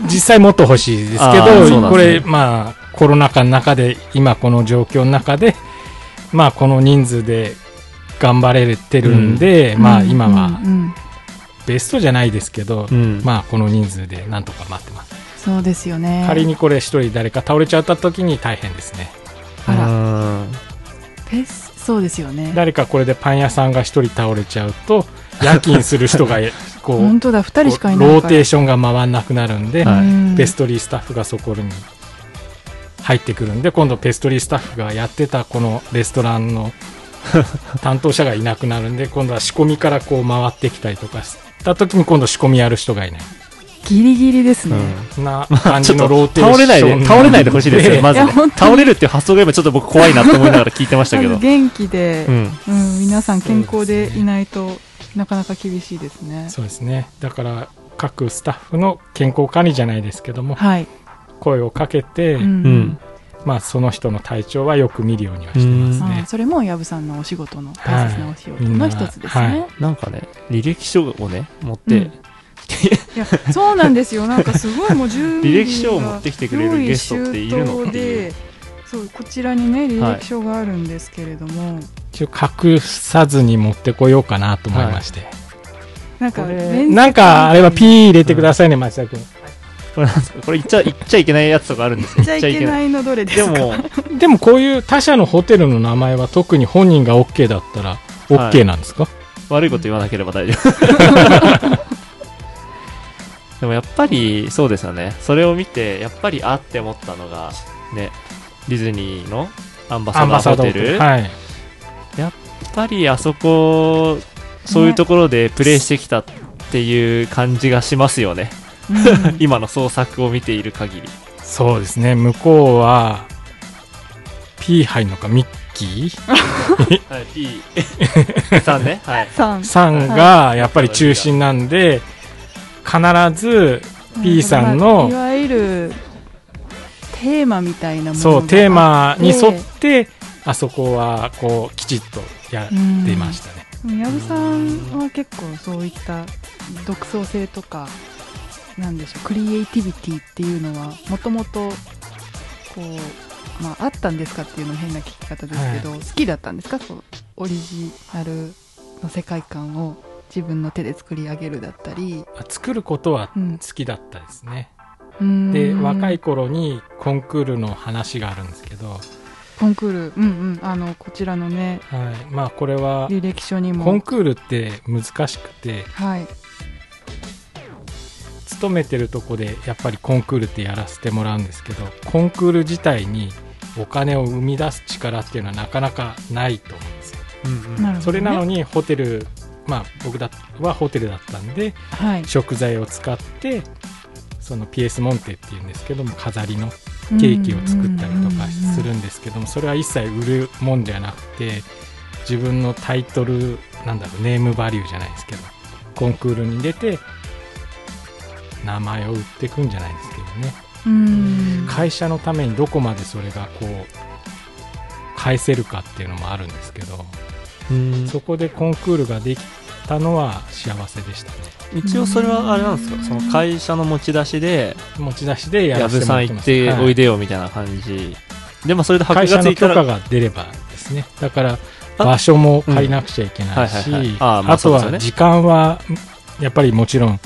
C: 実際もっと欲しいですけど
B: あーそうなん
C: こ
B: ですね
C: れまあコロナ禍の中で今この状況の中でまあこの人数で頑張れてるんで、まあ今は
A: うんうんうん
C: ベストじゃないですけど、
B: うん
C: まあこの人数でなんとか待ってます、
A: そうですよね
C: 仮にこれ一人誰か倒れちゃった時に大変ですね
A: あら
B: ら
A: ペスそうですよね
C: 誰かこれでパン屋さんが一人倒れちゃうと夜勤する人がこう
A: 本当だ二人しかいない
C: ロー
A: から
C: テーションが回んなくなるんで、
B: はい
A: うん
C: ペストリースタッフがそこに入ってくるんで今度ペストリースタッフがやってたこのレストラ ンの担当者がいなくなるんで今度は仕込みからこう回ってきたりとかした時に今度仕込みやる人がいない
A: ギリギリですね、
C: な
B: まあ、
C: 感
B: ち
C: じ
B: ょっ
C: の
B: と
C: ローテーション
B: 倒れないで、倒れないでほしい ですよ、まずね、
A: いや本当に
B: 倒れるっていう発想が今ちょっと僕怖いなって思いながら聞いてましたけ
A: ま
B: ど
A: ず。元気で、
B: うん。
A: うん、皆さん健康
C: そうで
A: です
C: ね
A: いないとなかなか厳しいですね。
C: そうですねだから各スタッフの健康管理じゃないですけども
A: はい、
C: 声をかけて、
A: うん
B: うん
C: まあ、その人の体調はよく見るようにはしてます
A: あ
C: ね
A: あ、それも藪さんのお仕事の大切なお仕事の一つですね。
C: はい
A: い
C: みんなは
B: なんかね、履歴書をね、持って、
A: うんやそうなんですよなんかすごいもう準備が
B: 履歴書を持ってきてくれるゲストっているのっ
A: 用意周
B: ていう
A: 到で。そうこちらにね履歴書があるんですけれども、
C: 一応隠さずに持ってこようかなと思いまして、
A: なんか
B: これ
A: 面接
C: なんかあれはピー入れてくださいね、松田君
B: これなんですかこれ言っちゃ、言っちゃいけないやつとかあるんですよ。
A: じゃいけないのどれです
B: で
A: か
B: も、
C: でもこういう他社のホテルの名前は特に本人が OK だったら OK なんですか、
B: 悪いこと言わなければ大丈夫。 でもやっぱりそうですよね。それを見て、やっぱりあって思ったのが、ね、ディズニーのアンバサダーホテル。やっ
C: はい、
B: ぱりあそこ、そういうところでプレイしてきたっていう感じがしますよね。
A: うん
B: 今の創作を見ている限り。
C: そうですね向こうは P 入るのかミッキー
B: はい、P さんね。はい。
A: さん
C: さんがやっぱり中心なんで必ず P さんの
A: いわゆるテーマみたいなものが
C: そうテーマに沿ってあそこはこうきちっとやってましたね、
A: 矢部さんは結構そういった独創性とかなんでしょうクリエイティビティっていうのはもともとこう、まあ、あったんですかっていうの変な聞き方ですけど、好きだったんですかこうオリジナルの世界観を自分の手で作り上げるだったり、
C: あ作ることは
A: うん
C: 好きだったですね、
A: うん
C: で若い頃にコンクールの話があるんですけど、
A: コンクール、うんうん、あのこちらのね
C: はい、まあこれは
A: 履歴書にも
C: コンクールって難しくて
A: はい、
C: 勤めてるとこでやっぱりコンクールってやらせてもらうんですけどコンクール自体にお金を生み出す力っていうのはなかなかないと思うんですよ
A: なるほどね、
C: それなのにホテルまあ僕だはホテルだったんで
A: はい、
C: 食材を使ってそのピエスモンテっていうんですけども飾りのケーキを作ったりとかするんですけどもそれは一切売るもんじゃなくて自分のタイトルなんだろうネームバリューじゃないですけどコンクールに出て名前を売っていくんじゃないですけどね
A: うん
C: 会社のためにどこまでそれがこう返せるかっていうのもあるんですけどそこでコンクールができたのは幸せでしたね
B: 一応それはあれなんですかその会社の持ち出しで、
C: 持ち出しでや
B: 矢
C: らせ
B: 部
C: ても
B: さん
C: らって
B: 行
C: ま
B: っ
C: す
B: て
C: はい
B: おいでよみたいな感じ。でもそれで箔が
C: 会社
B: つ
C: の
B: いた
C: 許可
B: ら、
C: が出ればですねだから
B: あ
C: 場所も借りなくちゃいけないし、
B: うんはいはいはいあ
C: あ
B: ーまあ
C: と
B: そうですよ
C: は
B: ね
C: 時間はやっぱりもちろん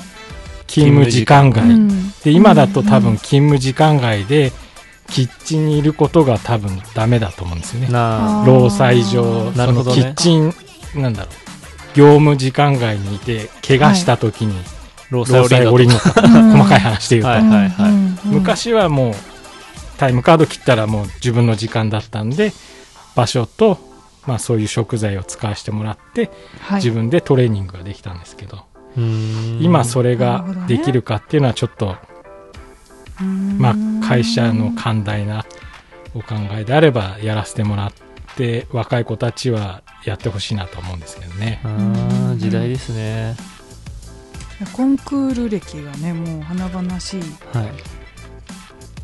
C: 勤務時間外、
A: うん
C: で今だと多分勤務時間外でキッチンにいることが多分ダメだと思うんですよね
B: な
A: あー
C: 労災上
B: なるほ
C: その
B: ど
C: キ
B: ね
C: ッチンなんだろう業務時間外にいて怪我した時に
B: 労
C: 労
B: だ
C: 災を
B: と
C: 降りるのか
A: うん
C: 細かい話で言うと、
B: はいはいはい
A: い
C: 昔はもうタイムカード切ったらもう自分の時間だったんで場所と、まあ、そういう食材を使わせてもらって自分でトレーニングができたんですけど、
B: うーん
C: 今それ
A: なる
C: が
A: ほどね
C: できるかっていうのはちょっと、まあ、会社の
A: か
C: 寛大なお考えであればやらせてもらって若い子たちはやってほしいなと思うんですけどね
B: あー時代ですね。
A: コンクール歴がねもう華々しい
B: はい。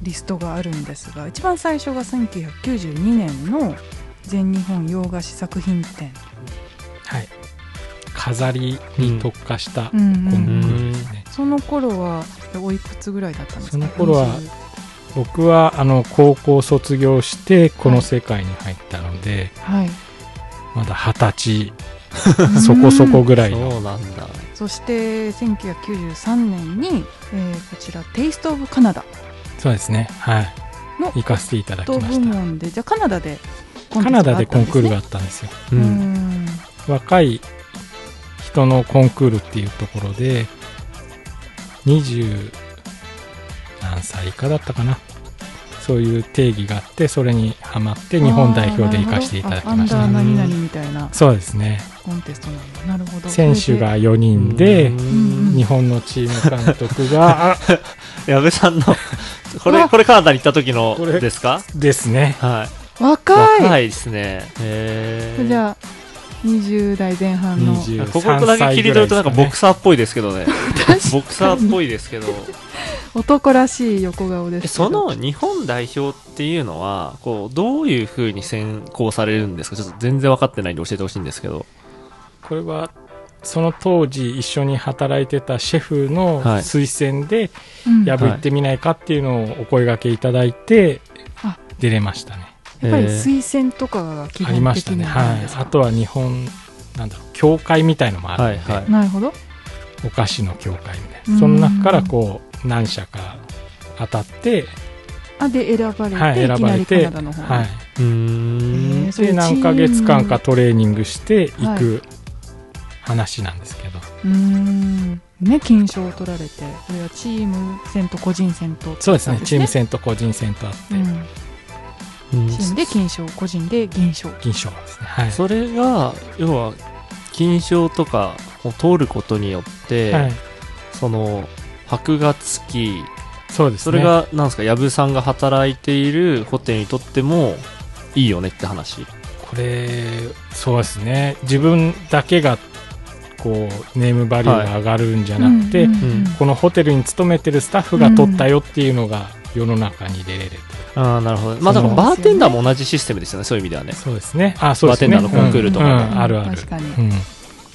A: リストがあるんですが一番最初が1992年の全日本洋菓子作品展
C: はい飾りに特化した
A: う
C: コン
A: ん
C: ク
A: うん
C: ールですね、
A: その頃はおいくつぐらいだったんですか
C: その頃は僕はあの高校卒業してこの世界に入ったので、
A: はい
C: まだ二十歳 そこそこぐらいの、
B: そうなんだ。
A: そして1993年に、えーこちら「テイスト・オブ・カナダ
C: そうですねはい
A: の
C: 行かせていただ」き
A: と
C: ま
A: 部
C: し
A: 門でじゃあカナダでコ
C: た
A: ンテ
C: カ
A: スト
C: ナダ
A: があ
C: で
A: った
C: コ
A: んす
C: ン
A: ね
C: クールがあったんですよ
A: うん
C: 若い人のコンクールっていうところで20何歳以下だったかなそういう定義があってそれにハマって日本代表で行かせていただきまし
A: あ
C: た
A: ーなるほどあアンダー何々みたいな
C: そうですね
A: コンテストなんだなるほど
C: 選手が4人
B: う
C: で
B: ん
C: 日本のチーム監 督があ
B: 矢部 さんのこれこれカナダに行った時の
C: これ
B: ですか
C: ですね
B: はい
A: 若い
B: 若いですねへー
A: じゃあ20代前半の
C: 20
B: ここだけ切り取るとなんかボクサーっぽいですけ どね
A: 確か
B: ボクサーっぽいですけど
A: 男らしい横顔です
B: え
A: けど
B: その日本代表っていうのはこうどういうふうに選考されるんですかちょっと全然分かってないんで教えてほしいんですけど
C: これはその当時一緒に働いてたシェフの
B: はい
C: 推薦で
A: うんやっ
C: 破ってみないかっていうのをお声掛けいただいて
A: あ
C: 出れましたね、
A: ぱり推薦とかが基
C: あり
A: 本
C: まし
A: 的
C: たね、
A: な
C: は
A: ん
C: い
A: です、か
C: あとは日本なんだろう協会みたいのもあるので、
B: はいは
A: なるほど
C: お菓子の協会みたいうなんその中からこう何社か当たって、
A: あで選ばれて、
C: はい、
A: い、
C: 選
A: き
C: ば
A: な
C: れ
A: りカ
C: て、
A: ナダの方に、
C: は
B: うーん
A: えー
C: い、で何ヶ月間かトレーニングしてい
A: はい
C: く話なんですけど、
A: うーんね金賞を取られてこれはチーム戦と個人戦と
C: そうですねチーム
A: 戦
C: 戦と個人戦とあって、
B: うん
A: チームで金賞個人で銀賞
C: 銀賞ですねはい、
B: それが要は金賞とかを通ることによって、
C: はい、
B: その箔がつき
C: そうですね
B: それがなんですか藪さんが働いているホテルにとってもいいよねって話
C: これそうですね自分だけがこうネームバリューが上がるんじゃなくて、
A: うんうんうん
C: このホテルに勤めてるスタッフが取ったよっていうのが世の中に出れると、
B: ああなるほどまあだからバーテンダーも同じシステムですよねそういう意味ではね
C: そうですねあそうですね
B: バーテンダーのコンクールとか
C: うん
B: ね
C: うんあるある
A: 確かに
C: うん
B: あ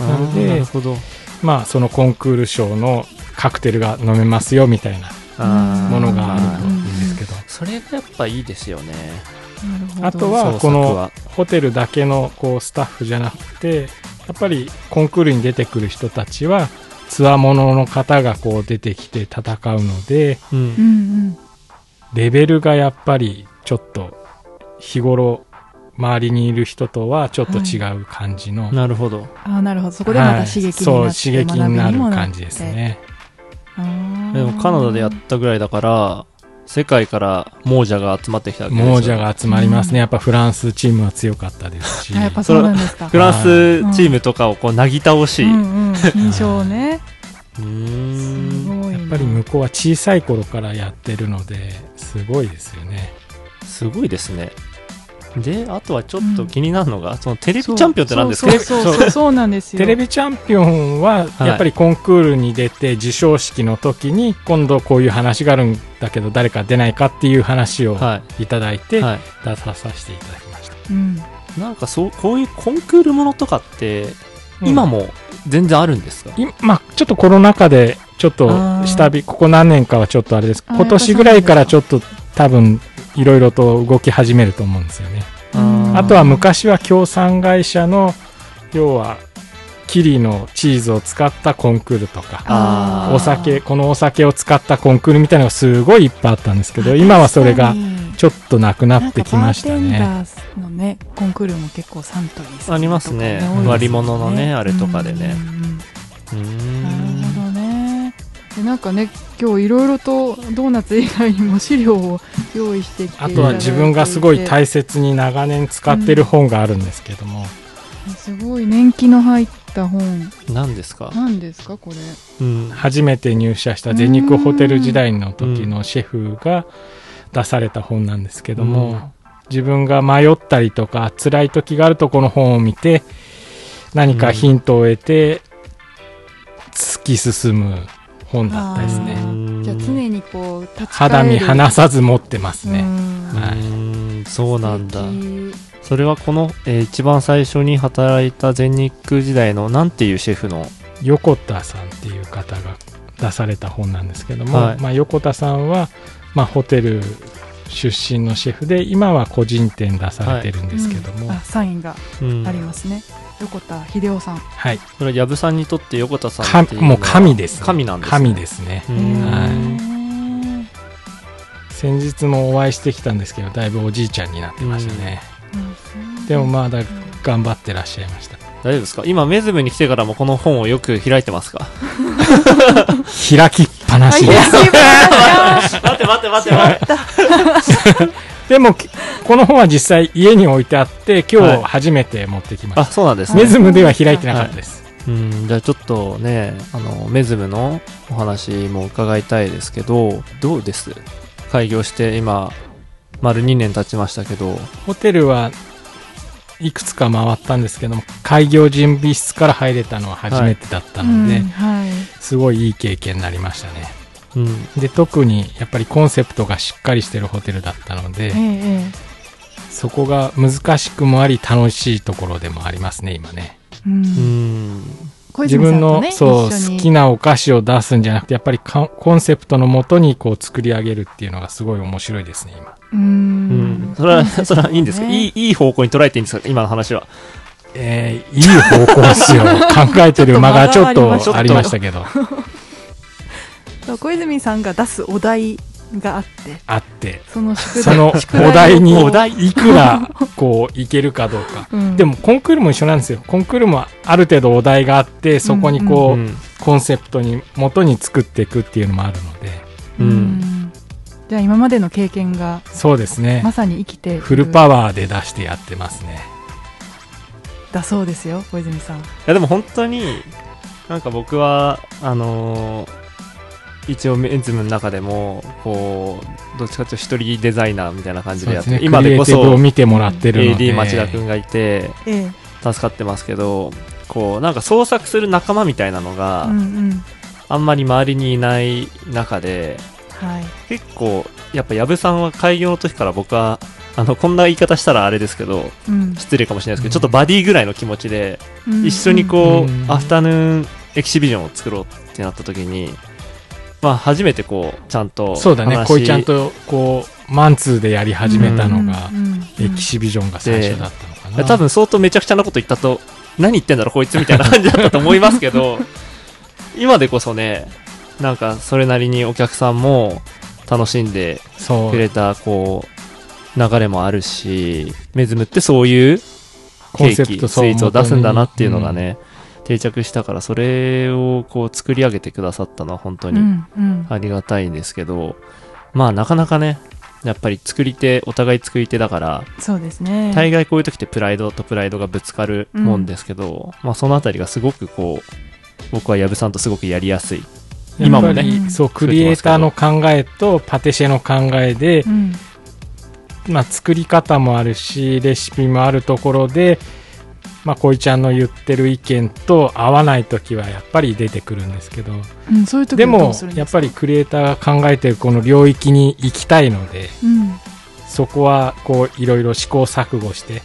B: ー
C: で
B: なるほど
C: まあそのコンクール賞のカクテルが飲めますよみたいな
B: あー
C: ものがあると
A: う
C: いい
A: ん
C: んですけど、
B: それがやっぱいいですよね
A: なるほど
C: あと
B: そう
C: は
B: そう
C: こ
B: そう
C: の
B: は
C: ホテルだけのこうスタッフじゃなくてやっぱりコンクールに出てくる人たちはつわものの方がこう出てきて戦うので
B: うん
A: うんうん
C: レベルがやっぱりちょっと日頃周りにいる人とはちょっと違う感じの、
B: なるほど
A: ああなるほどそこでま
C: は
A: た
C: い
A: 刺激に
C: そ
A: な
C: う
A: って
C: 刺激にな
A: 学びも
C: る
A: って
C: 感じですね
A: あー
B: でもカナダでやったぐらいだから世界から亡者が集まってきたわけですよ
C: 亡者が集まりますねやっぱフランスチームは強かったですし
A: あやっぱそうなんですか
B: フランスチームとかをこうなぎ倒し、う
A: うんうん金賞ね
B: ー
A: す
B: ん、
A: ごいな
C: やっぱり向こうは小さい頃からやってるのですごいですよね
B: すごいですねであとはちょっと気になるのが、そのテレビチャンピオンって何ですか
A: そうそうそうそうそうなんですよ
C: テレビチャンピオンは
B: はい
C: やっぱりコンクールに出て授賞式の時に今度こういう話があるんだけど誰か出ないかっていう話を
B: はい
C: ただいて
B: い、は
C: 出ささせていただきました、
A: うん
B: い、なんかそうこういうコンクールものとかって
C: うん
B: 今も全然あるんですか、
C: 今まあちょっとコロナ禍でちょっと
B: あー
C: 下火ここ何年かはちょっとあれです
A: あー
C: 今年ぐらいからちょっと多分いろいろと動き始めると思うんですよね
A: うん
B: ー
C: あとは昔は協賛会社の要はキリのチーズを使ったコンクールとか
B: あー
C: お酒このお酒を使ったコンクールみたいなのがすごいいっぱいあったんですけど今はそれがちょっとなくなってきました
A: なん
C: ね
A: かバーテンダーのねコンクールも結構サントリーさんとか
B: ありますね
A: 多いですよ
C: 割り
B: 物のねあれとかでね
A: うんうん
B: うーん
A: うんなるほどねでなんかね今日いろいろとドーナツ以外にも資料を用意してきていただい
C: あ
A: てい
C: と
A: て
C: は自分がすごい大切に長年使ってる本があるんですけども、
A: すごい年季の入った本
B: 何ですか、
A: 何ですかこれ
B: うん
C: 初めて入社した全肉ホテル時代の時のシェフが出された本なんですけども、
B: うん
C: 自分が迷ったりとか辛い時があるとこの本を見て何かヒントを得て突き進む本だったですね、
A: あーじゃあ常にこう立ち返る
C: 肌身離さず持ってます
A: う
C: ね、
A: ん
C: はいう
B: ーんそうなんだ
A: 素敵
B: それはこの、えー一番最初に働いた全日空時代のなんていうシェフの
C: 横田さんっていう方が出された本なんですけども、
B: はい
C: まあ、横田さんは、まあ、ホテル出身のシェフで今は個人店出されてるんですけども、
A: うんあサインが
B: うん
A: ありますね、横田秀夫さん
C: はい
B: それは藪さんにとって横田さん
C: か
B: っていうの
C: も
B: は
C: う神です、
B: 神なんですね
C: 神ですね
B: う
A: へ
B: ん
A: ー
C: はい先日もお会いしてきたんですけどだいぶおじいちゃんになってましたね、でもまだ頑張ってらっしゃいました
B: 大丈夫ですか今メズムに来てからもこの本をよく開いてますか
C: 開きっぱ悲しいです。
A: 悔しい話
B: 待って待って待って待って。
C: でも、きこの本は実際家に置いてあって、今
B: はい
C: 日初めて持ってきま
B: あ、
C: し
B: そうなんです
C: た。
B: ね
C: メ。ズムでは開いてなかったです。
B: うん、じゃあちょっとね、あの、メズムのお話も伺いたいですけど、どうです開業して今、丸2年経ちましたけど、
C: ホテルはいくつか回ったんですけども、開業準備室から入れたのは初めてだったので、
A: うんはい
C: すごいいい経験になりましたね。
B: うん、
C: で、特にやっぱりコンセプトがしっかりしてるホテルだったので、
A: えええ
C: そこが難しくもあり楽しいところでもありますね、今ね。
A: えう
B: うんん、
A: 小
C: 自
A: 泉さん
C: 分
A: と
C: の、
A: ね
C: そう、
A: 一緒に
C: 好きなお菓子を出すんじゃなくて、やっぱりかコンセプトのもとにこう作り上げるっていうのがすごい面白いですね、今。
A: う
B: うんん。それは、それはいいんですかいい、いい方向に捉えていいんですか今の話は。
C: えーいい方向です よ。考えてる間がちょっ
A: ちょっと
C: と
B: 間
C: ありましたけど、
A: そう小泉さんが出すお題があって
C: あって、
A: その宿題
C: その
A: 宿
C: お題に
A: をこう
C: いくらこういけるかどうか。
A: うん
C: でもコンクールも一緒なんですよ。コンクールもある程度お題があって、そこにこう、
B: うん
C: コンセプトに元に作っていくっていうのもあるので、
A: う
B: うん
A: んじゃあ今までの経験が
C: そうですね
A: ま。さに生きている
C: フルパワーで出してやってますね。
A: だそうですよ小泉さん
B: いやでも本当になんか僕はあのー一応メンズムの中でもこうどっちかというと一人デザイナーみたいな感じ
C: そう
B: でや
C: で
B: って、
C: すね。
B: 今でこ
C: クリエイティブ
B: そ
C: を見てもらってるので。
B: AD 町田くんがいて
A: ええ
B: 助かってますけどこうなんか創作する仲間みたいなのが
A: うんうん
B: あんまり周りにいない中で
A: はい
B: 結構やっぱ矢部さんは開業の時から僕はあのこんな言い方したらあれですけど
A: うん
B: 失礼かもしれないですけど、
C: うん
B: ちょっとバディぐらいの気持ちで
A: うん
B: 一緒にこう、
C: うん
B: アフタヌーンエキシビジョンを作ろうってなった時に、まあ、初めてこうちゃんと
C: そうだね。
B: 話
C: こいちゃんとこう、マンツーでやり始めたのが
A: う、んうんうん
C: エキシビジョンが最初だったのかな。
B: 多分相当めちゃくちゃなこと言ったと何言ってんだろこいつみたいな感じだったと思いますけ ど今でこそねなんかそれなりにお客さんも楽しんで
C: そ
B: くれ
C: う、
B: たこう流れもあるしメズムってそういう
C: コ
B: ケ
C: ンセ
B: ー
C: プ
B: キ
C: ト
B: ス
C: そう
B: イーツを出すんだなっていうのが。ね、定着したからそれをこう作り上げてくださったのは本当に
A: うんうん
B: ありがたいんですけど、まあなかなかね、やっぱり作り手、お互い作り手だから、
A: そうですね
B: 大概こういう時ってプライドとプライドがぶつかるもんですけど、まあそのあたりがすごくこう、僕は矢部さんとすごくやりやすい。
C: うんやっぱり
B: 今
A: もね
C: そう、クリエイターの考えとパティシエの考えで
A: う、ん
C: まあ、作り方もあるしレシピもあるところで、まあ、こいちゃんの言ってる意見と合わない時はやっぱり出てくるんですけど
A: うんそういう時
C: で
A: はどう
C: も
A: するんで
C: やっ
A: すか
C: ぱりクリエイターが考えてるこの領域に行きたいので
A: うん
C: そこはこういろいろ試行錯誤して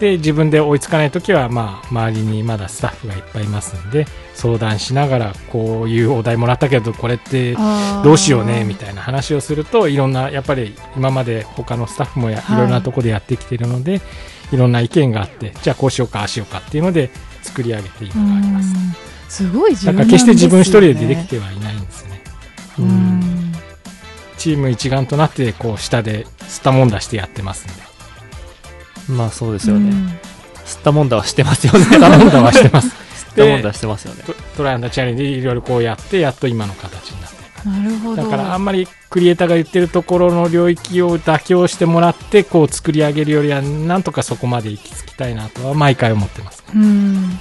C: で自分で追いつかない時はまあ周りにまだスタッフがいっぱいいますんで相談しながらこういうお題もらったけどこれって
A: あー
C: どうしようねみたいな話をするといろんなやっぱり今まで他のスタッフもやい
A: はい
C: ろんなとこでやってきてるので、い、ろんな意見があってじゃあこうしようかああしようかっていうので作り上げているのがあります、
A: うんすごい柔
C: だ
A: 軟
C: から決して自分一人で
A: ですよ
C: で
A: ね
C: きてはいないんですね
A: う
B: うん
A: ん
C: チーム一丸となってこう下で吸ったもんだしてやってますんで
B: まあそうですよ
A: う
B: ね。
A: ん
B: 吸ったもんだはしてますよね。吸
C: 吸
B: っ
C: ったもんだはしてます
B: たもんだはしてますよね。
C: トトライアンドチャレンジでいろいろこうやってやっと今の形になってる
A: なるほど
C: だからあんまりクリエイターが言ってるところの領域を妥協してもらってこう作り上げるよりはなんとかそこまで行き着きたいなとは毎回思ってますね
A: うん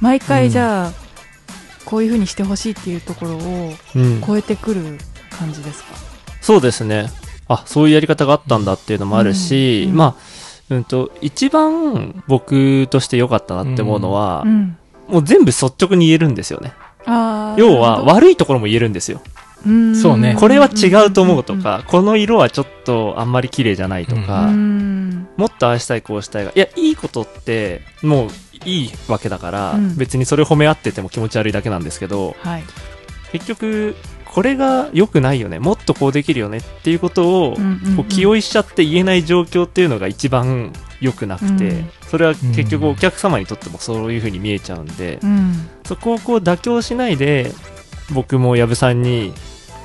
A: 毎回じゃあ、こういうふうにしてほしいっていうところを
B: うん。
A: 超えてくる感じですか、
B: そうですね。あ、そういうやり方があったんだっていうのもあるし、
A: うんうん
B: まあ、うんと、一番僕として良かったなって思うのは、
A: うん、
B: もう全部率直に言えるんですよね。
A: あー
B: 要は悪いところも言えるんですよ。
A: ん
C: そうね
B: これは違うと思うとか、この色はちょっとあんまり綺麗じゃないと
A: う
B: か、
A: ん
B: もっとああしたいこうしたいが、いや、いいことってもういいわけだから、
A: うん
B: 別にそれ褒め合ってても気持ち悪いだけなんですけど、
A: はい
B: 結局、これが良くないよね、もっとこうできるよねっていうことを、こう気
A: い
B: 負いしちゃって言えない状況っていうのが一番良くなくて、
A: うん
B: それは結局お客様にとってもそういう風に見えちゃうんで、
A: うん
B: そこをこう妥協しないで僕も矢部さんに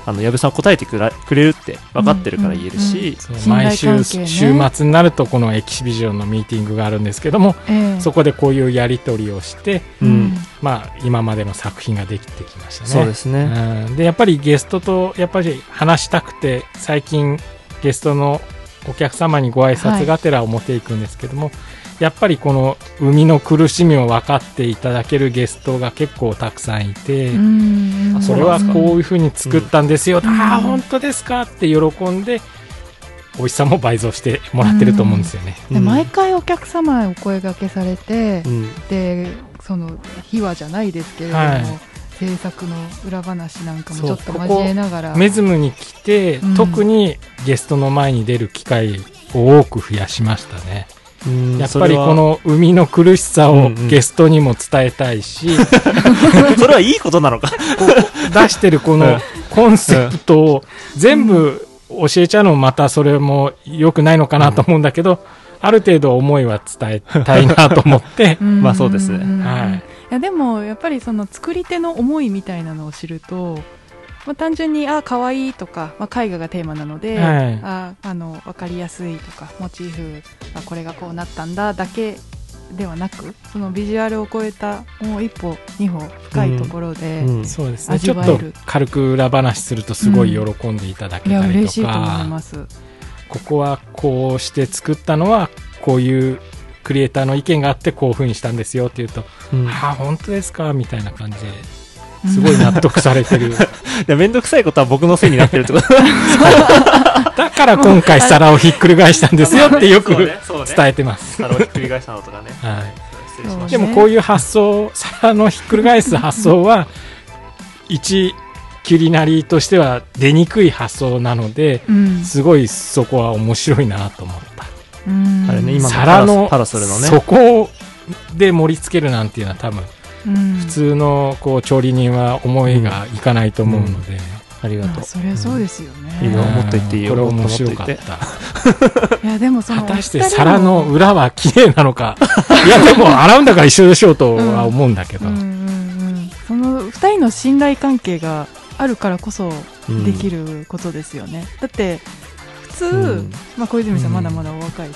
B: あの矢部さん答えてくらくれるって分かってるから言え
A: うん
B: る
A: うん
B: し、
C: そう
A: 信頼
C: 毎週、
A: 関係ね
C: 週末になるとこのエキシビジョンのミーティングがあるんですけども、
A: ええ
C: そこでこういうやり取りをして、
B: うん
C: まあ、今までの作品ができてきましたね。
B: そうですね、
C: うんでやっぱりゲストとやっぱり話したくて最近ゲストのお客様にご挨拶がてら表行くんですけども、やっぱりこの生みの苦しみを分かっていただけるゲストが結構たくさんいて、
A: うん
B: あ
C: それはこういうふうに作ったんですよ、
A: うん
C: ああ本当ですかって喜んで美味しさも倍増してもらってると思うんですよね。
A: で毎回お客様へお声掛けされて、
B: うん
A: でその秘話じゃないですけれども、
C: はい
A: 制作の裏話なんかもち
C: そ
A: ょ
C: う
A: っと交えながら
C: メズムに来て、
A: うん
C: 特にゲストの前に出る機会を多く増やしましたね。
B: うん
C: やっぱりこの生みの苦しさ
B: うんう
C: を
B: ん
C: ゲストにも伝えたいし、
B: それは それはいいことなの か
C: 出してるこ
B: うん
C: のコンセプトを全部教えちゃうのもまたそれも良くないのかなと思うんだけど、ある程度思いは伝えたいなと思って
A: う、ん
B: まあそうですね
A: ん
C: はい
A: いやでもやっぱりその作り手の思いみたいなのを知ると、まあ、単純にあ可愛いとか、まあ、絵画がテーマなので、
C: はい
A: ああの分かりやすいとかモチーフあこれがこうなったんだだけではなくそのビジュアルを超えたもう一歩二歩深いところで、
B: うん
C: そうですね
A: 味
C: ちょ
A: わ
C: っ
A: える
C: と軽く裏話するとすごい喜んでいただけ
A: いや
C: たり
A: 嬉し
C: と
A: いと思い
C: か、
A: ます。
C: ここはこうして作ったのはこういうクリエイターの意見があってこういうふうにしたんですよっていうと、
B: うん
C: ああ本当ですかみたいな感じですごい納得されてる。
B: で面倒くさいことは僕のせいになってるってこと
C: だから今回皿をひっくり返したんですよってよく
B: そうね
C: 伝
B: そうね
C: えてます。
B: あのひっくり返したのとかね
C: は
B: 失礼しま
C: い、
B: し
C: で
B: た
C: もこういう発想、皿のひっくり返す発想は、一キュリナリーとしては出にくい発想なので、
A: うん
C: すごいそこは面白いなと思った。
A: うん
B: あれね今の
C: 皿の
B: パラソルのね
C: そこで盛り付けるなんていうのは多分、
A: うん
C: 普通のこう調理人は思いがいかないと思うので、
B: ありが
A: ま
B: と
A: あ
B: う
A: そりゃそうですよね、
B: うんいいよ
C: うん
B: もっと言っていいよ
C: これ面白か
B: も
C: っ
B: っと
C: た。
A: いやでもそ
C: 果
A: の
C: たして
A: お二人
C: 皿の裏は綺麗なのか いやでも洗うんだから一緒でしょうとは思うんだけ
A: う
C: ど、
A: んうんうん、その2人の信頼関係があるからこそ
B: うん
A: できることですよね、だって普通、
B: うん
A: まあ、小泉さ
C: うんん
A: まだまだお若いし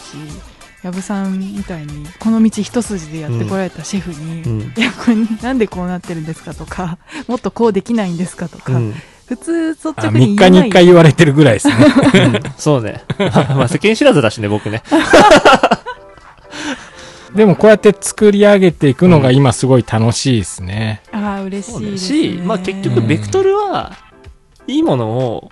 A: 藪、さんみたいにこの道一筋でやってこられたシェフに、
B: うん
A: いやこれなんでこうなってるんですかとか もっとこうできないんですかと
B: う
A: か、
B: ん
A: 普通率
C: あ
A: 直
C: 3
A: に
C: 日
A: 言え
C: に
A: ない
C: 1回言われてるぐらいですね
B: うんそうね まあ世間知らずだしね僕ね
C: でもこうやって作り上げていくのが今すごい楽しいですね、
A: ああ嬉し
B: そう
A: い
B: ね
A: ですね
B: し、まあ、結局ベクトルはいいものを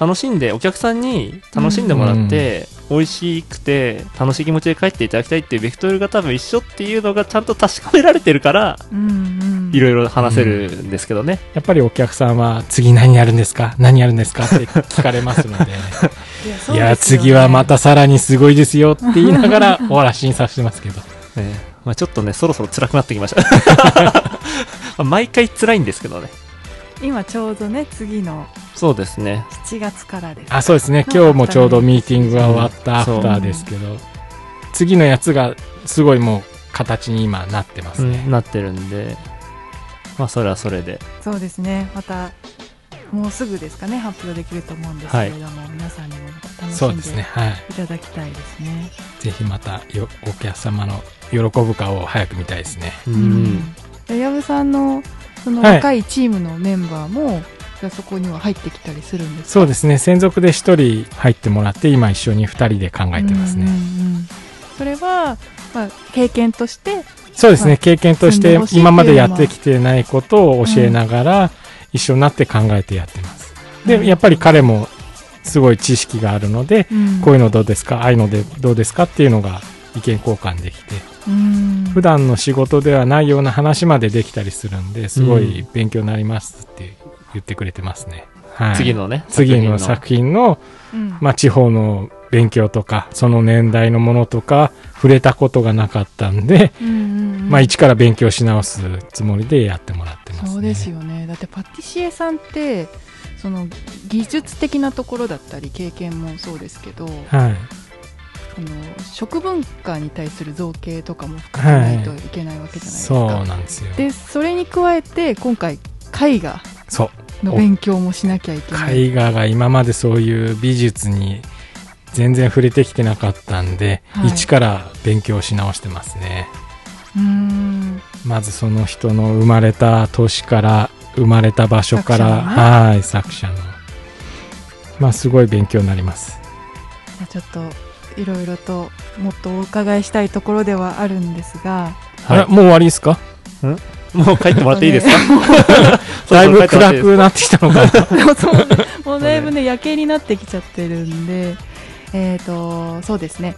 B: 楽しんでお客さんに楽しんでもらって、美味しくて楽しい気持ちで帰っていただきたいっていうベクトルが多分一緒っていうのがちゃんと確かめられてるから
A: うんうん
B: いろいろ話せるんですけどね、
C: やっぱりお客さんは次何やるんですか何やるんですかって聞かれま すので
A: いや
C: いや次はまたさらにすごいですよって言い ながら終わらしにさせてますけど
B: ねまあ、ちょっとねそろそろ辛くなってきました まあ毎回辛いんですけどね
A: 今ちょうどね次の
B: そうですね
A: 7月からです
C: あそうですね今日もちょうどミーティングが終わったアフターですけど、次のやつがすごいもう形に今なってますね、
B: うんなってるんでまあそれはそれで
A: そうですねまたもうすぐですかね発表できると思うんですけれども、皆さんにも楽し
C: そうんですね。
A: で
C: はい。
A: いただきたいですね。
C: ぜひまたよ、お客様の喜ぶ顔を早く見たいですね。
B: う、
A: うんで矢部さんのその
C: はい
A: 若いチームのメンバーも、じゃあそこには入ってきたりするんですか
C: そうですね。専属で一人入ってもらって、今一緒に二人で考えてます
A: うんう
C: ね。
A: んうんそれは、まあ、経験として、
C: そうです
A: は
C: ね。
A: い
C: 経験とし
A: 住んで
C: て
A: ほしいっていう
C: 今
A: のは
C: までやってきてないことを教えながら、一緒になって考えてやってます。
A: うん
C: で、やっぱり彼もすごい知識があるので、こういうのどうですかああいうのでどうですかっていうのが意見交換できて、
A: うん
C: 普段の仕事ではないような話までできたりするんですごい勉強になりますって言ってくれてますね、はい、
B: 次のね
C: 次の作品の、
A: うん
C: まあ、地方の勉強とかその年代のものとか触れたことがなかったんで、
A: うんうんうん
C: まあ、一から勉強し直すつもりでやってもらってます、ね、
A: そうですよねだってパティシエさんってその技術的なところだったり経験もそうですけど、
C: はい
A: あの食文化に対する造形とかも深くないといけないわけじゃないですか、
C: そうなんですよ
A: でそれに加えて今回絵画
C: そう
A: の勉強もしなきゃいけない、
C: 絵画が今までそういう美術に全然触れてきてなかったんで、
A: はい
C: 一から勉強し直してますね
A: うーん
C: まずその人の生まれた年から生まれた場所から
A: 作者のね
C: はい作者のまあすごい勉強になります
A: じゃあちょっといろいろともっとお伺いしたいところではあるんですが
B: はい
C: あれもう終わりですか
B: もう帰ってもらっていいですかそろ
C: だい
B: そろ帰
C: ぶ
B: ってもらってい
C: 暗
B: いですか
C: くなってきたの かな
A: そうねもうだいぶね夜景になってきちゃってるんでえっ、とそうですね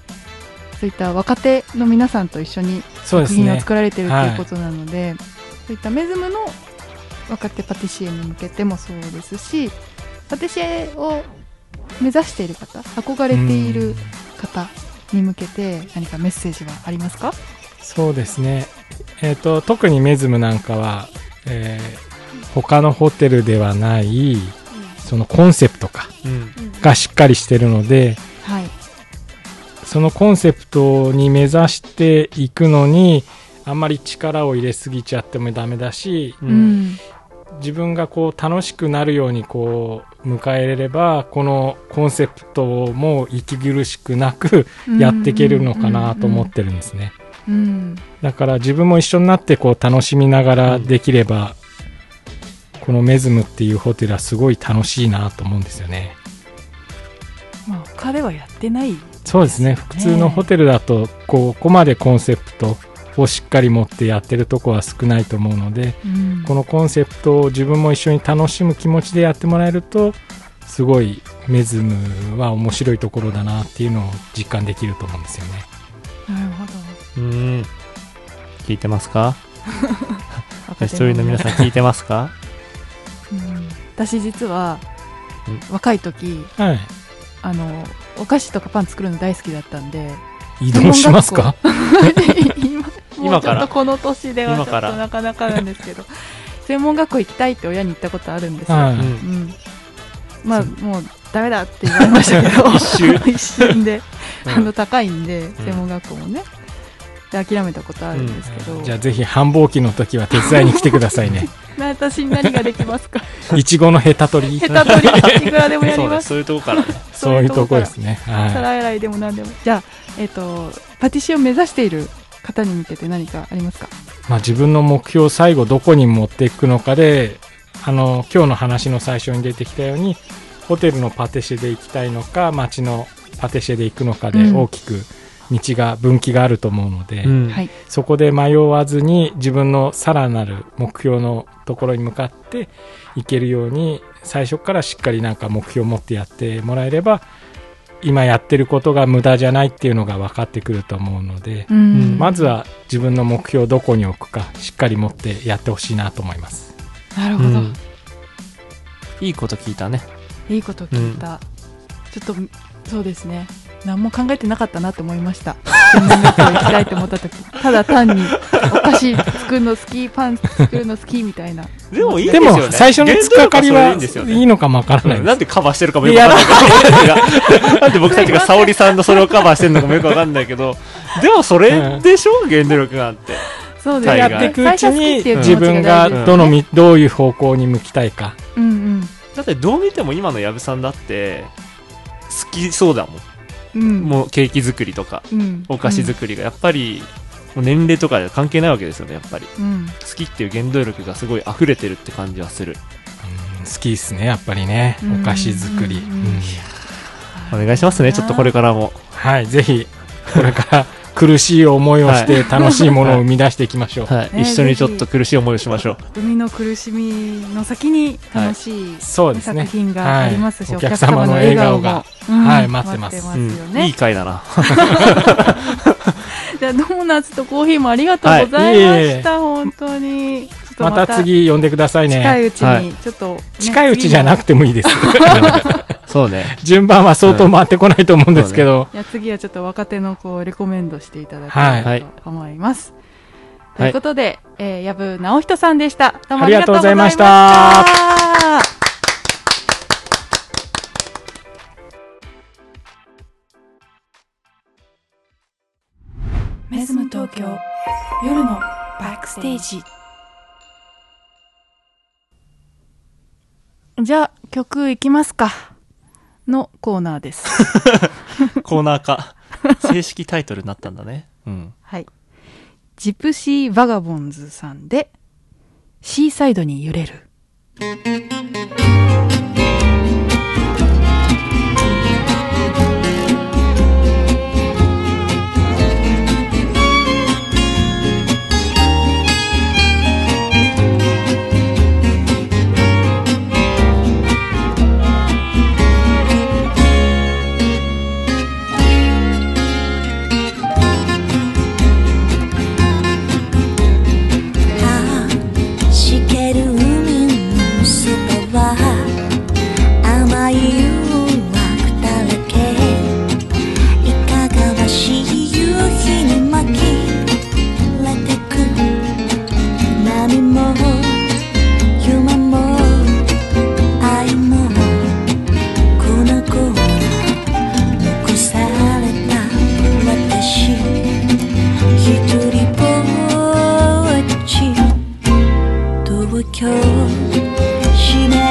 A: そういった若手の皆さんと一緒に
C: そう
A: 作
C: です
A: 品を
C: ね
A: 作られてると
C: はい
A: いうことなのでそういったメズムの若手パティシエに向けてもそうですしパティシエを目指している方憧れてい
C: うん
A: る方に向けて何かメッセージはありますか
C: そうですねえっ、と特にメズムなんかは、えー他のホテルではないそのコンセプトか
B: うん
C: がしっかりしてるので
A: はい
C: そのコンセプトに目指していくのにあんまり力を入れすぎちゃってもダメだし
B: う
A: うんん
C: 自分がこう楽しくなるようにこう迎えれればこのコンセプトも息苦しくなくやっていけるのかなと思ってるんですね
A: うん
C: だから自分も一緒になってこう楽しみながらできれば、このメズムっていうホテルはすごい楽しいなと思うんですよね
A: まあ他ではやってない
C: そうです
A: ですね
C: ね普通のホテルだとこうここまでコンセプトをしっかり持ってやってるとこは少ないと思うので
A: うん
C: このコンセプトを自分も一緒に楽しむ気持ちでやってもらえるとすごいメズムは面白いところだなっていうのを実感できると思うんですよね
A: なるほど
B: うん聞いてますか
A: 若
B: 一
A: 手
B: 人の皆さん聞いてますか
A: うん私実は
B: う
A: 若い時
C: は
A: あのお菓子とかパン作るの大好きだったんで
C: い移動しますか
A: 今も
B: 今
A: うちょ
B: か
A: っ
B: ら
A: とこの年ではちょっ
B: 今
A: と
B: から
A: なかなかなんですけど専門学校行きたいって親に言ったことあるんですよ、
C: はい
A: うん、まあもうダメだって言われましたけど一瞬で、あの高いんで専門学校もねで諦めたことあるんですけど、
C: じゃあぜひ繁忙期の時は手伝いに来てくださ いね
A: な私に何ができますか
C: いちごのヘタ取り
A: 下手取りいくらでもや
B: そ
A: り
B: うで
A: ます
B: すそういうとこからね
C: そういうとこですねは
A: 皿洗いでも何でもじゃあ、えっとパティシエを目指している方に向けて何かありますか
C: い、まあ、自分の目標を最後どこに持っていくのかであの今日の話の最初に出てきたようにホテルのパティシエで行きたいのか街のパティシエで行くのかで
A: うん
C: 大きく道が分岐があると思うので、
B: うん
A: はい
C: そこで迷わずに自分のさらなる目標のところに向かっていけるように最初からしっかりなんか目標を持ってやってもらえれば今やってることが無駄じゃないっていうのが分かってくると思うので、
A: うん
C: まずは自分の目標をどこに置くかしっかり持ってやってほしいなと思います
A: なるほど、
B: うんいいこと聞いたね
A: いいこと聞いた、ちょっとそうですね何も考えてなかったなと思いました専門学校行きたいと思った時ただ単にお菓子作るの好きパン作るの好きみたいな
B: でもいい
C: でも最初のつっかかりは
B: 原動力それでいいんですよね
C: いいのかもわからない
B: うん
C: で
B: な
C: す
B: んでカバーしてるかもよくわかんない けどなんで僕たちが沙織さんのそれをカバーしてるのかもよくわかんないけどでもそれでしょ原動力があって
A: そうです
B: は
A: ね
B: い
C: やっていくう
A: 最
C: ちに
A: 初
C: 自
A: 好きっていう気
C: 分
A: 持ちが大
C: が
A: 事です
C: どのみどういう方向に向きたいか
A: うんうん
B: だってどう見ても今の矢部さんだって好きそうだもん、
A: うん
B: もうケーキ作りとか
A: うん
B: お菓子作りがやっぱりもう年齢とか関係ないわけですよねやっぱり
A: うん
B: 好きっていう原動力がすごい溢れてるって感じはする
C: うん好きですねやっぱりねお菓子作り、
A: うん
C: うん
B: お願いしますねちょっとこれからも
C: はい、ぜひ、これから苦しい思いをして楽しい ものを生み出していきましょう。
B: はい、
A: ね
B: 一緒にちょっと苦しい思いをしましょう
A: 海の苦しみの先に楽しい
C: そうです
A: 作
C: ね。
A: 品がありますし、
C: はいお客様の笑顔が
A: お客様の笑顔もうん
C: はい待ってま
A: 待
C: す
B: う
A: っ
B: ん
A: てますよね。
B: いい回だな
A: じゃあドーナツとコーヒーもありがとうございました、本当に。ちょっと
C: また次呼んでください
A: 近
C: ね。
A: いうち
B: はい
A: にちょっとね、
C: 近いうちじゃなくて もいいです。
B: そうね
C: 順番は相当回ってこないと思うんですけど。
A: いや次はちょっと若手の子をレコメンドしていただき
C: は
A: た
B: い
A: いと思います。と
B: はいいう
A: ことで、えー、矢部直人さんでした。どうも
C: あ
A: あ
C: り
A: りが
C: が
A: と
C: とう
A: う
C: ご
A: ご
C: ざ
A: ざ
C: い
A: い
C: ま
A: ま
C: し
A: したた。
D: メズム東京夜のバックステージ
A: じゃあ曲いきますかのコーナーです
B: コーナー化正式タイトルになったんだねうん
A: はいジプシー・バガボンズさんで「シーサイドに揺れる」
E: 「しける海のそばは甘い誘惑だらけ」「いかがわしい夕日に巻きられてく」「波も夢も愛も粉々残された私」「ひとりぼっち」東京湿り切った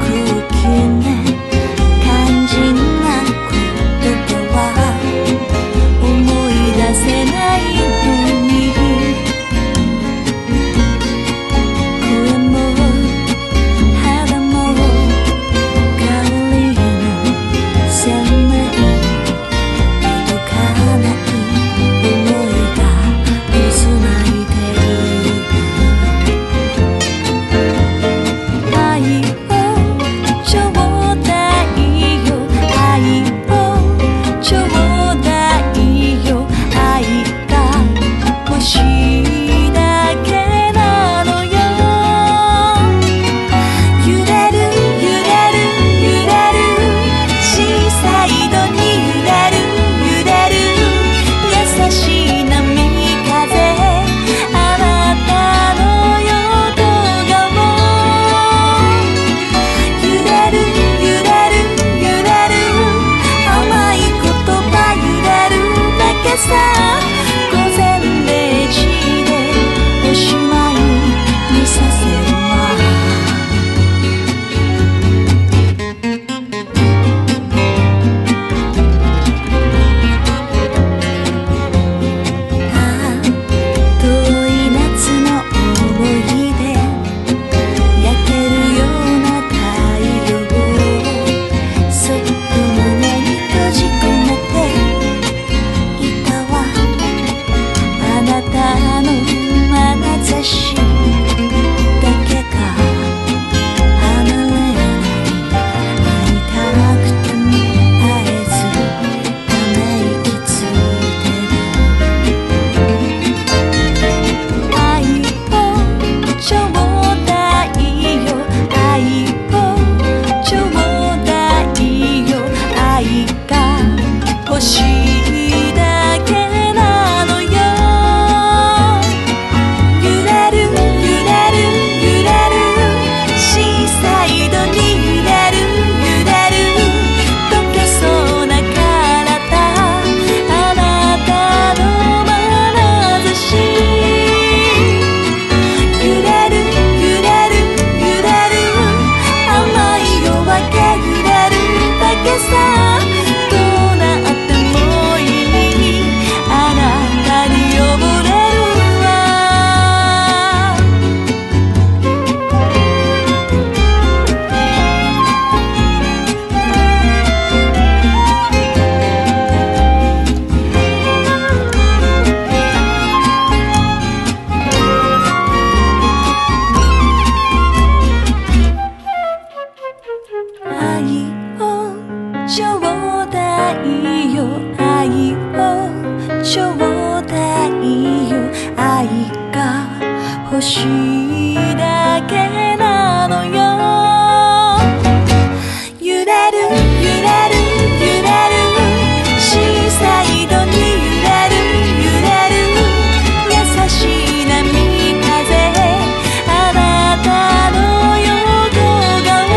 E: 空気ね肝心な言葉は思い出せないのに声も肌も香りの鮮明届かない想いが渦巻いてる愛をちょうだいよ愛をちょうだいよ愛が欲しいだけなのよ「ゆれるゆれるゆれる」「シーサイドにゆれるゆれる」「優しい波風あなたのよ動画も」「ゆれるゆれるゆれる」「甘い言葉ゆれるだけさ」「午前0時でおしまいにさせるわ」「遠い夏の思い出」「焼けるような太陽」「そっと胸に閉じ込めていたわ」「あなたの眼差しだけが離れない」「会いたくても会えずため息ついてる」「愛をちょうだいよ愛をちょうだいよ」「愛が欲しいだけなのよ」「揺れる揺れる揺れる」「シーサイドに揺れる揺れる」「溶けそうな体」「あなたのまなざし」「揺れる揺れる揺れる」「甘い夜明け揺れるだけさ」「どうなってもいい」「あなたに溺れるわ」愛をちょうだいよ愛をちょうだいよ愛が欲しいだけなのよ揺れる揺れる揺れるシーサイドに揺れる揺れる優しい波風あなたの横顔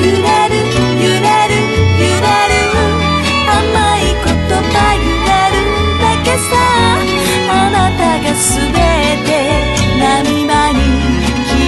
E: 揺れる揺れる揺れる甘い言葉揺れるだけさあなたが全て波前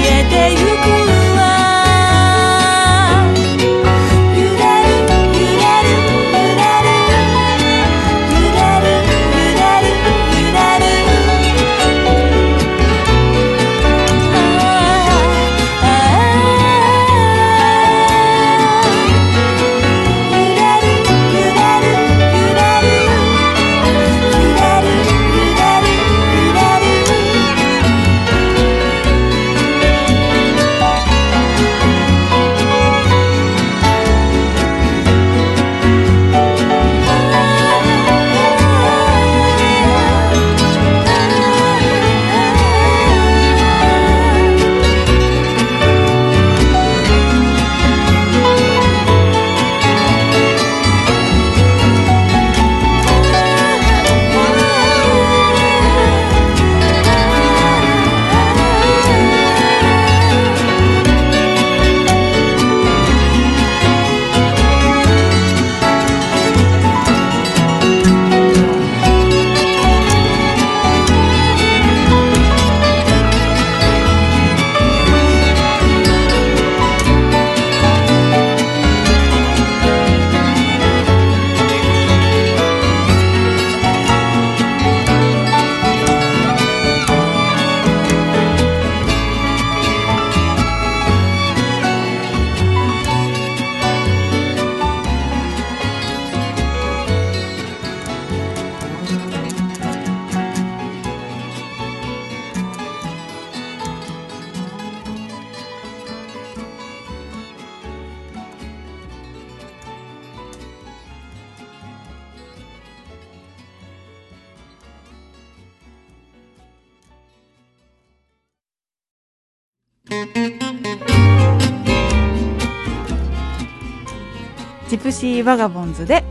A: ジプシー・バガボンズで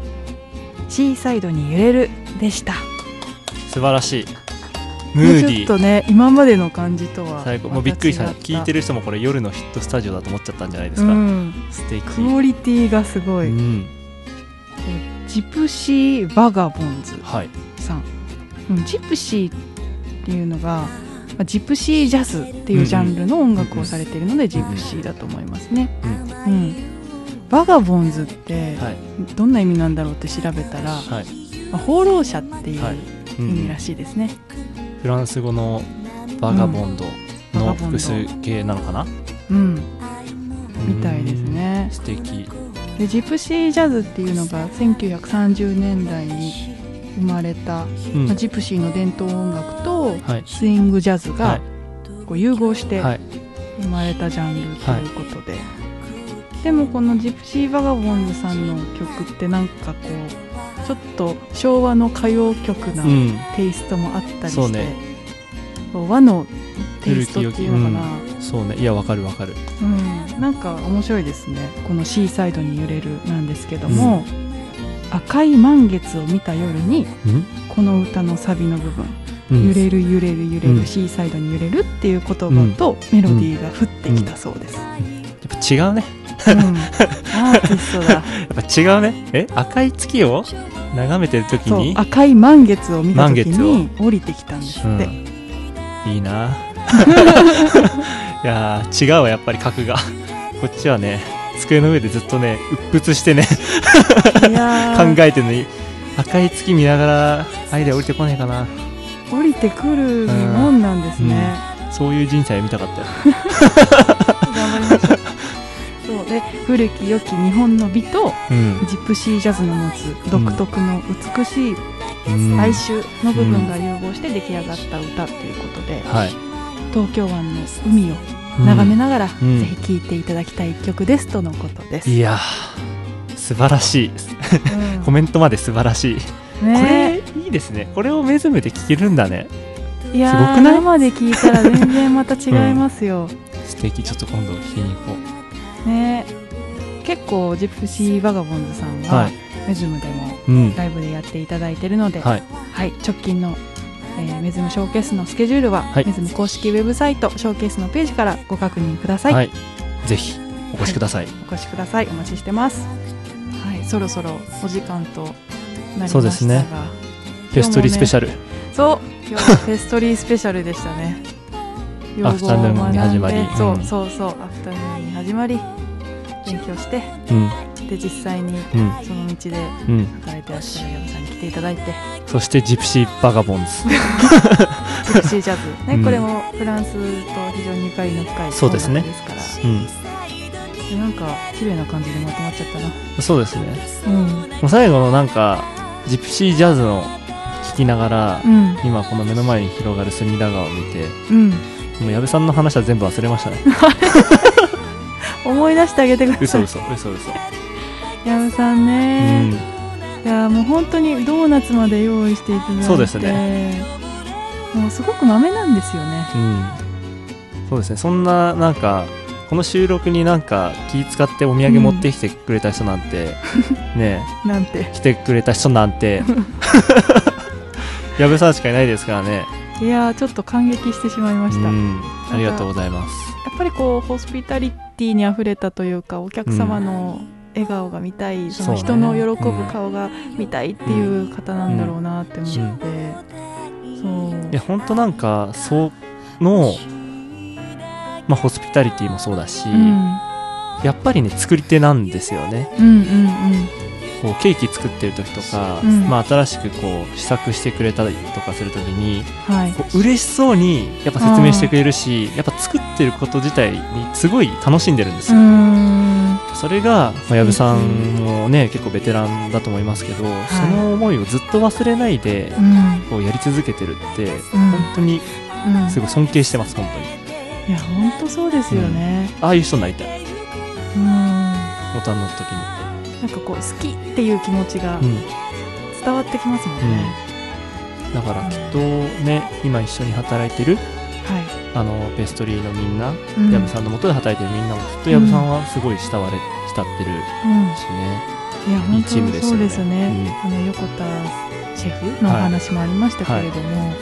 A: シーサイドに揺れるでした
B: 素晴らしいムーデ
A: もうちょっ
B: ィー
A: とね今までの感じとは
B: 最高もうびっくりした聞いて
A: る
B: る人もこれ夜のヒットスタジオだと思っちゃったんじゃないですか、
A: うん、
B: 素敵
A: クオリティがすごい、
B: うん
A: ジプシー・バガボンズ
B: はい
A: さん、うん、ジプシーっていうのがまあジプシージャズっていうジャンルの音楽をされているので、ジプシーだと思いますね、うんバガボンズって
B: はい
A: どんな意味なんだろうって調べたら、
B: はい、
A: まあ放浪者っていう
B: はい
A: 意
B: うん
A: 味らしいですね、
B: フランス語のバガボンドの複数形なのかな、
A: うん
B: うん
A: みたいですね
B: 素敵
A: でジプシージャズっていうのが1930年代に生まれた、
B: うん
A: まあジプシーの伝統音楽と
B: はい
A: スイングジャズが
B: は
A: こう融合して
B: いはい
A: 生まれたジャンルということで、でもこのジプシー・バガボンズさんの曲ってなんかこうちょっと昭和の歌謡曲な
B: うん
A: テイストもあったりして、
B: そうね
A: こう和のテイストっていうのかな、
B: そうねいやわかるわかる
A: うん、なんか面白いですねこの「シーサイドに揺れる」なんですけども、赤い満月を見た夜に
B: うん
A: この歌のサビの部分「
B: うん
A: 揺れる揺れる揺れる、
B: うん
A: シーサイドに揺れる」っていう言葉とメロディーが降ってきたそうです、
B: やっぱ違うね
A: うんアーティスト だ
B: やっぱ違うねえ赤い月を眺めてる時
A: そう
B: に
A: 赤い満月を見た時
B: 満
A: に降りてきたんですって、
B: うん、いい ないやー違うわやっぱり格がこっちはね机の上でずっとね鬱屈してね
A: いや
B: 考
A: ー
B: えてるのに赤い月見ながらアイデア降りてこないかな
A: 降りてくるもんなんですね、
B: そういう人生見たかったよ
A: 頑張りましょうそうで古き良き日本の美と
B: うん
A: ジプシージャズの持つ独特の美しい
B: うん
A: 哀愁の部分が融合して出来上がった歌ということで、
B: はい
A: 東京湾の海を眺めながら、
B: うん
A: ぜひ聴いていただきたい一曲ですとのことです。
B: いやー素晴らしい
A: うん
B: コメントまで素晴らしい、
A: ね
B: これいいですねこれを目覚めて聴けるんだね
A: えいや
B: すご
A: ー
B: くない
A: 生で聴いたら全然また違いますよ。
B: 素敵ちょっと今度聴きに行こ
A: ねえ結構ジプシー・バガボンズさん
B: う
A: は、
B: はい
A: メズムでも
B: うん
A: ライブでやっていただいてるので、
B: はい
A: はい、直近の、えーメズムショーケースのスケジュールは、
B: はい
A: メズム公式ウェブサイトショーケースのページからご確認ください、
B: はいぜひお越しください、
A: お越しくださいお待ちしてますはいそろそろお時間となりましたが
B: そうですねペストリースペシャル、
A: そう今日はフェストリースペシャルでしたね
B: アフタヌーンに始まり
A: 用語を学んでそう
B: うん
A: そうそうアフタヌーンに始まり勉強して
B: うん
A: で実際に
B: うん
A: その道で
B: うん
A: 働いてらっしゃる矢部さんに来ていただいて
B: そしてジプシーバガボンズ
A: ジプシージャ ズ、ね
B: うん
A: これもフランスと非常にゆかりの深い音楽
B: そうですね
A: ですから
B: うん
A: なんか綺麗な感じでまとまっちゃったな
B: そうですね
A: うん
B: もう最後のなんかジプシージャズの聴きながら、
A: うん
B: 今この目の前に広がる隅田川を見て
A: うん
B: もう矢部さんの話は全部忘れま したね
A: 思い出してあげてくださ
B: 嘘
A: い
B: 嘘嘘嘘
A: 矢部さん
B: う
A: ね、
B: ん
A: いやもう本当にドーナツまで用意していただいて
B: そうです
A: ねもうすごくまめなんですよね
B: うん、そうですねそんななんかこの収録になんか気使ってお土産持ってきてくれた人なん て、ね
A: なんて
B: え来てくれた人なん て矢部さんしかいないですからね、
A: いやーちょっと感激してしまいました、
B: う
A: やっ
B: ん、ありがとうございます
A: ぱりこうホスピタリティにあふれたというかお客様の笑顔が見たい、その
B: そ
A: 人
B: うね
A: の喜ぶ顔が見たいっていう方なんだろうなって思って、そう
B: いや本当なんかその、まあ、ホスピタリティもそうだし、
A: うん
B: やっぱりね作り手なんですよね
A: うんうん
B: こうケーキ作ってる時とか、
A: うん
B: まあ、新しくこう試作してくれたりとかする時に
A: はい
B: こう嬉しそうにやっぱ説明してくれるしやっぱ作ってること自体にすごい楽しんでるんです
A: うー
B: よ、
A: ん
B: それがまあ矢部さんもね結構ベテランだと思いますけど、その思いをずっと忘れないで
A: うん
B: こうやり続けてるって、
A: ん
B: 本当に
A: うん
B: すごい尊敬してます本当に
A: いや本当そうですよね
B: ああいう人になりたい
A: うんな
B: ボタンの時に
A: んかこう好きっていう気持ちが
B: うん、
A: 伝わってきますもんね、
B: うん、だからきっとね今一緒に働いてる
A: はい
B: あのペストリーのみんな
A: うん
B: 薮、さんのもとで働いてるみんなもきっと薮さんはすごい慕われ慕ってる
A: うん
B: しね、
A: いや
B: い
A: 本
B: い
A: 当
B: チームです
A: そ
B: よ
A: うで
B: ね
A: すね、あの横田シェフのお話もありましたけれども、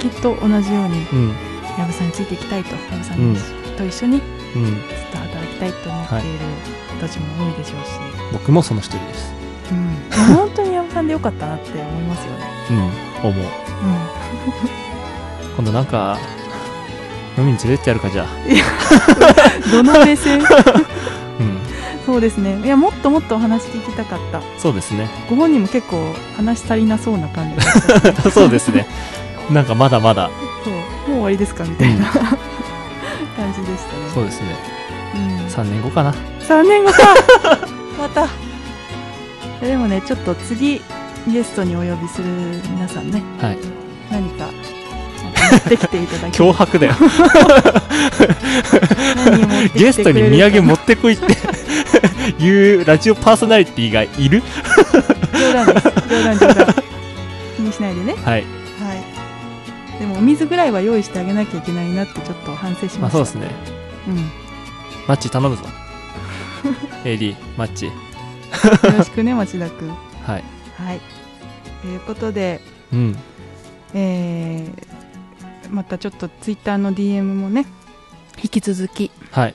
A: きっと同じように
B: うん
A: 薮さんについていきたいと薮さ
B: うん
A: んと一緒にずっ
B: うん、
A: と働きたいと思っている人たちも多いでしょうし、
B: 僕もその一人です、
A: うん、でも本当に薮さんでよかったなって思いますよね。
B: うん、思う今度なんか飲みに連れてってやるかじゃあ、
A: うん、どの目 線
B: うん、
A: そうですねいやもっともっとお話聞きたかった
B: そうですね
A: ご本人も結構話足りなそうな感じでした そう
B: そうですねなんかまだまだ
A: もう終わりですかみたいな 感じでしたね。
B: そうですね
A: うん
B: 3年後かな
A: 3年 後かまたでもねちょっと次ゲストにお呼びする皆さんね
B: はい
A: 何か持ってきていただき
B: 脅迫だ よ
A: 何を持ってきてくれるか
B: ゲストに土産持ってこいって いうラジオパーソナリティがいる
A: 冗談です冗談冗談気にしないでね
B: はい
A: はいでもお水ぐらいは用意してあげなきゃいけないなってちょっと反省しま
B: ま
A: した
B: あそうですね
A: うん
B: マッチ頼む ぞ AD マッチ
A: よろしくね町田君
B: はい
A: はいということで
B: うん
A: えーまたちょっとツイッターの DM もね引き続き
B: はい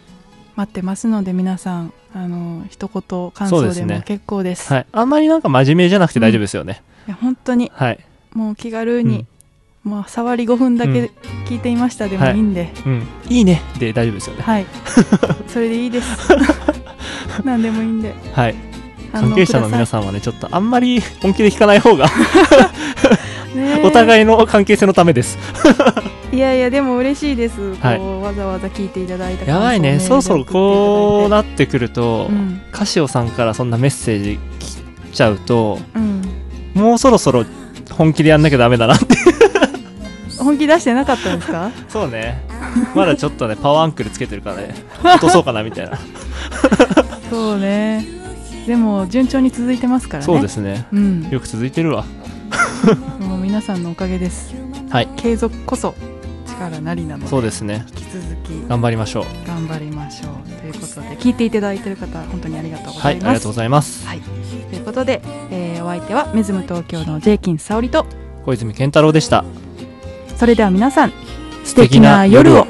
A: 待ってますので皆さんあの一言感
B: そう
A: 想
B: です
A: で
B: ね
A: も結構です
B: はいあんまりなんか真面目じゃなくて大丈夫ですよね、
A: いや本当に
B: はい
A: もう気軽
B: う
A: に
B: ん、、
A: もう触り5分だ
B: う
A: け
B: ん
A: 聞いていましたでも
B: はい
A: いいんで、
B: うん、いいねで大丈夫ですよね
A: はいそれでいいです何でもいいんで
B: はい
A: 反応
B: 関係者の皆さんはねちょっとあんまり本気で聞かない方が
A: くださいねえ
B: お互いの関係性のためです
A: いやいやでも嬉しいです、
B: はい
A: こうわざわざ聞いていただいた
B: やばいねそろそろこう
A: な
B: なってくると、
A: うん
B: カシオさんからそんなメッセージ来ちゃうと
A: うん
B: もうそろそろ本気でやんなきゃダメだなって
A: 本気出してなかったんです か
B: そうねまだちょっとねパワーアンクルつけてるからね落とそうかなみたいな
A: そうねでも順調に続いてますからね
B: そうですね
A: うん
B: よく続いてるわ
A: もう皆さんのおかげです
B: はい
A: 継続こそ力なりなので
B: そうですね
A: 引き続き
B: 頑張りましょう
A: 頑張りましょうということで聞いていただいてる方本当にありがとうご
B: は
A: ざ
B: いあ
A: い
B: り
A: ま
B: が
A: す、
B: とうございます
A: はいということで、えーお相手はメズム東京のジェイキン沙織と
B: 小泉健太郎でした
A: それでは皆さん
B: 素
A: 素敵な夜を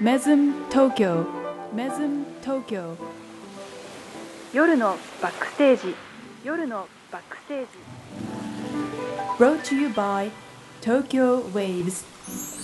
A: メズム東京メズム東京夜のバックステージ夜のバックステージ Brought to you by Tokyo Waves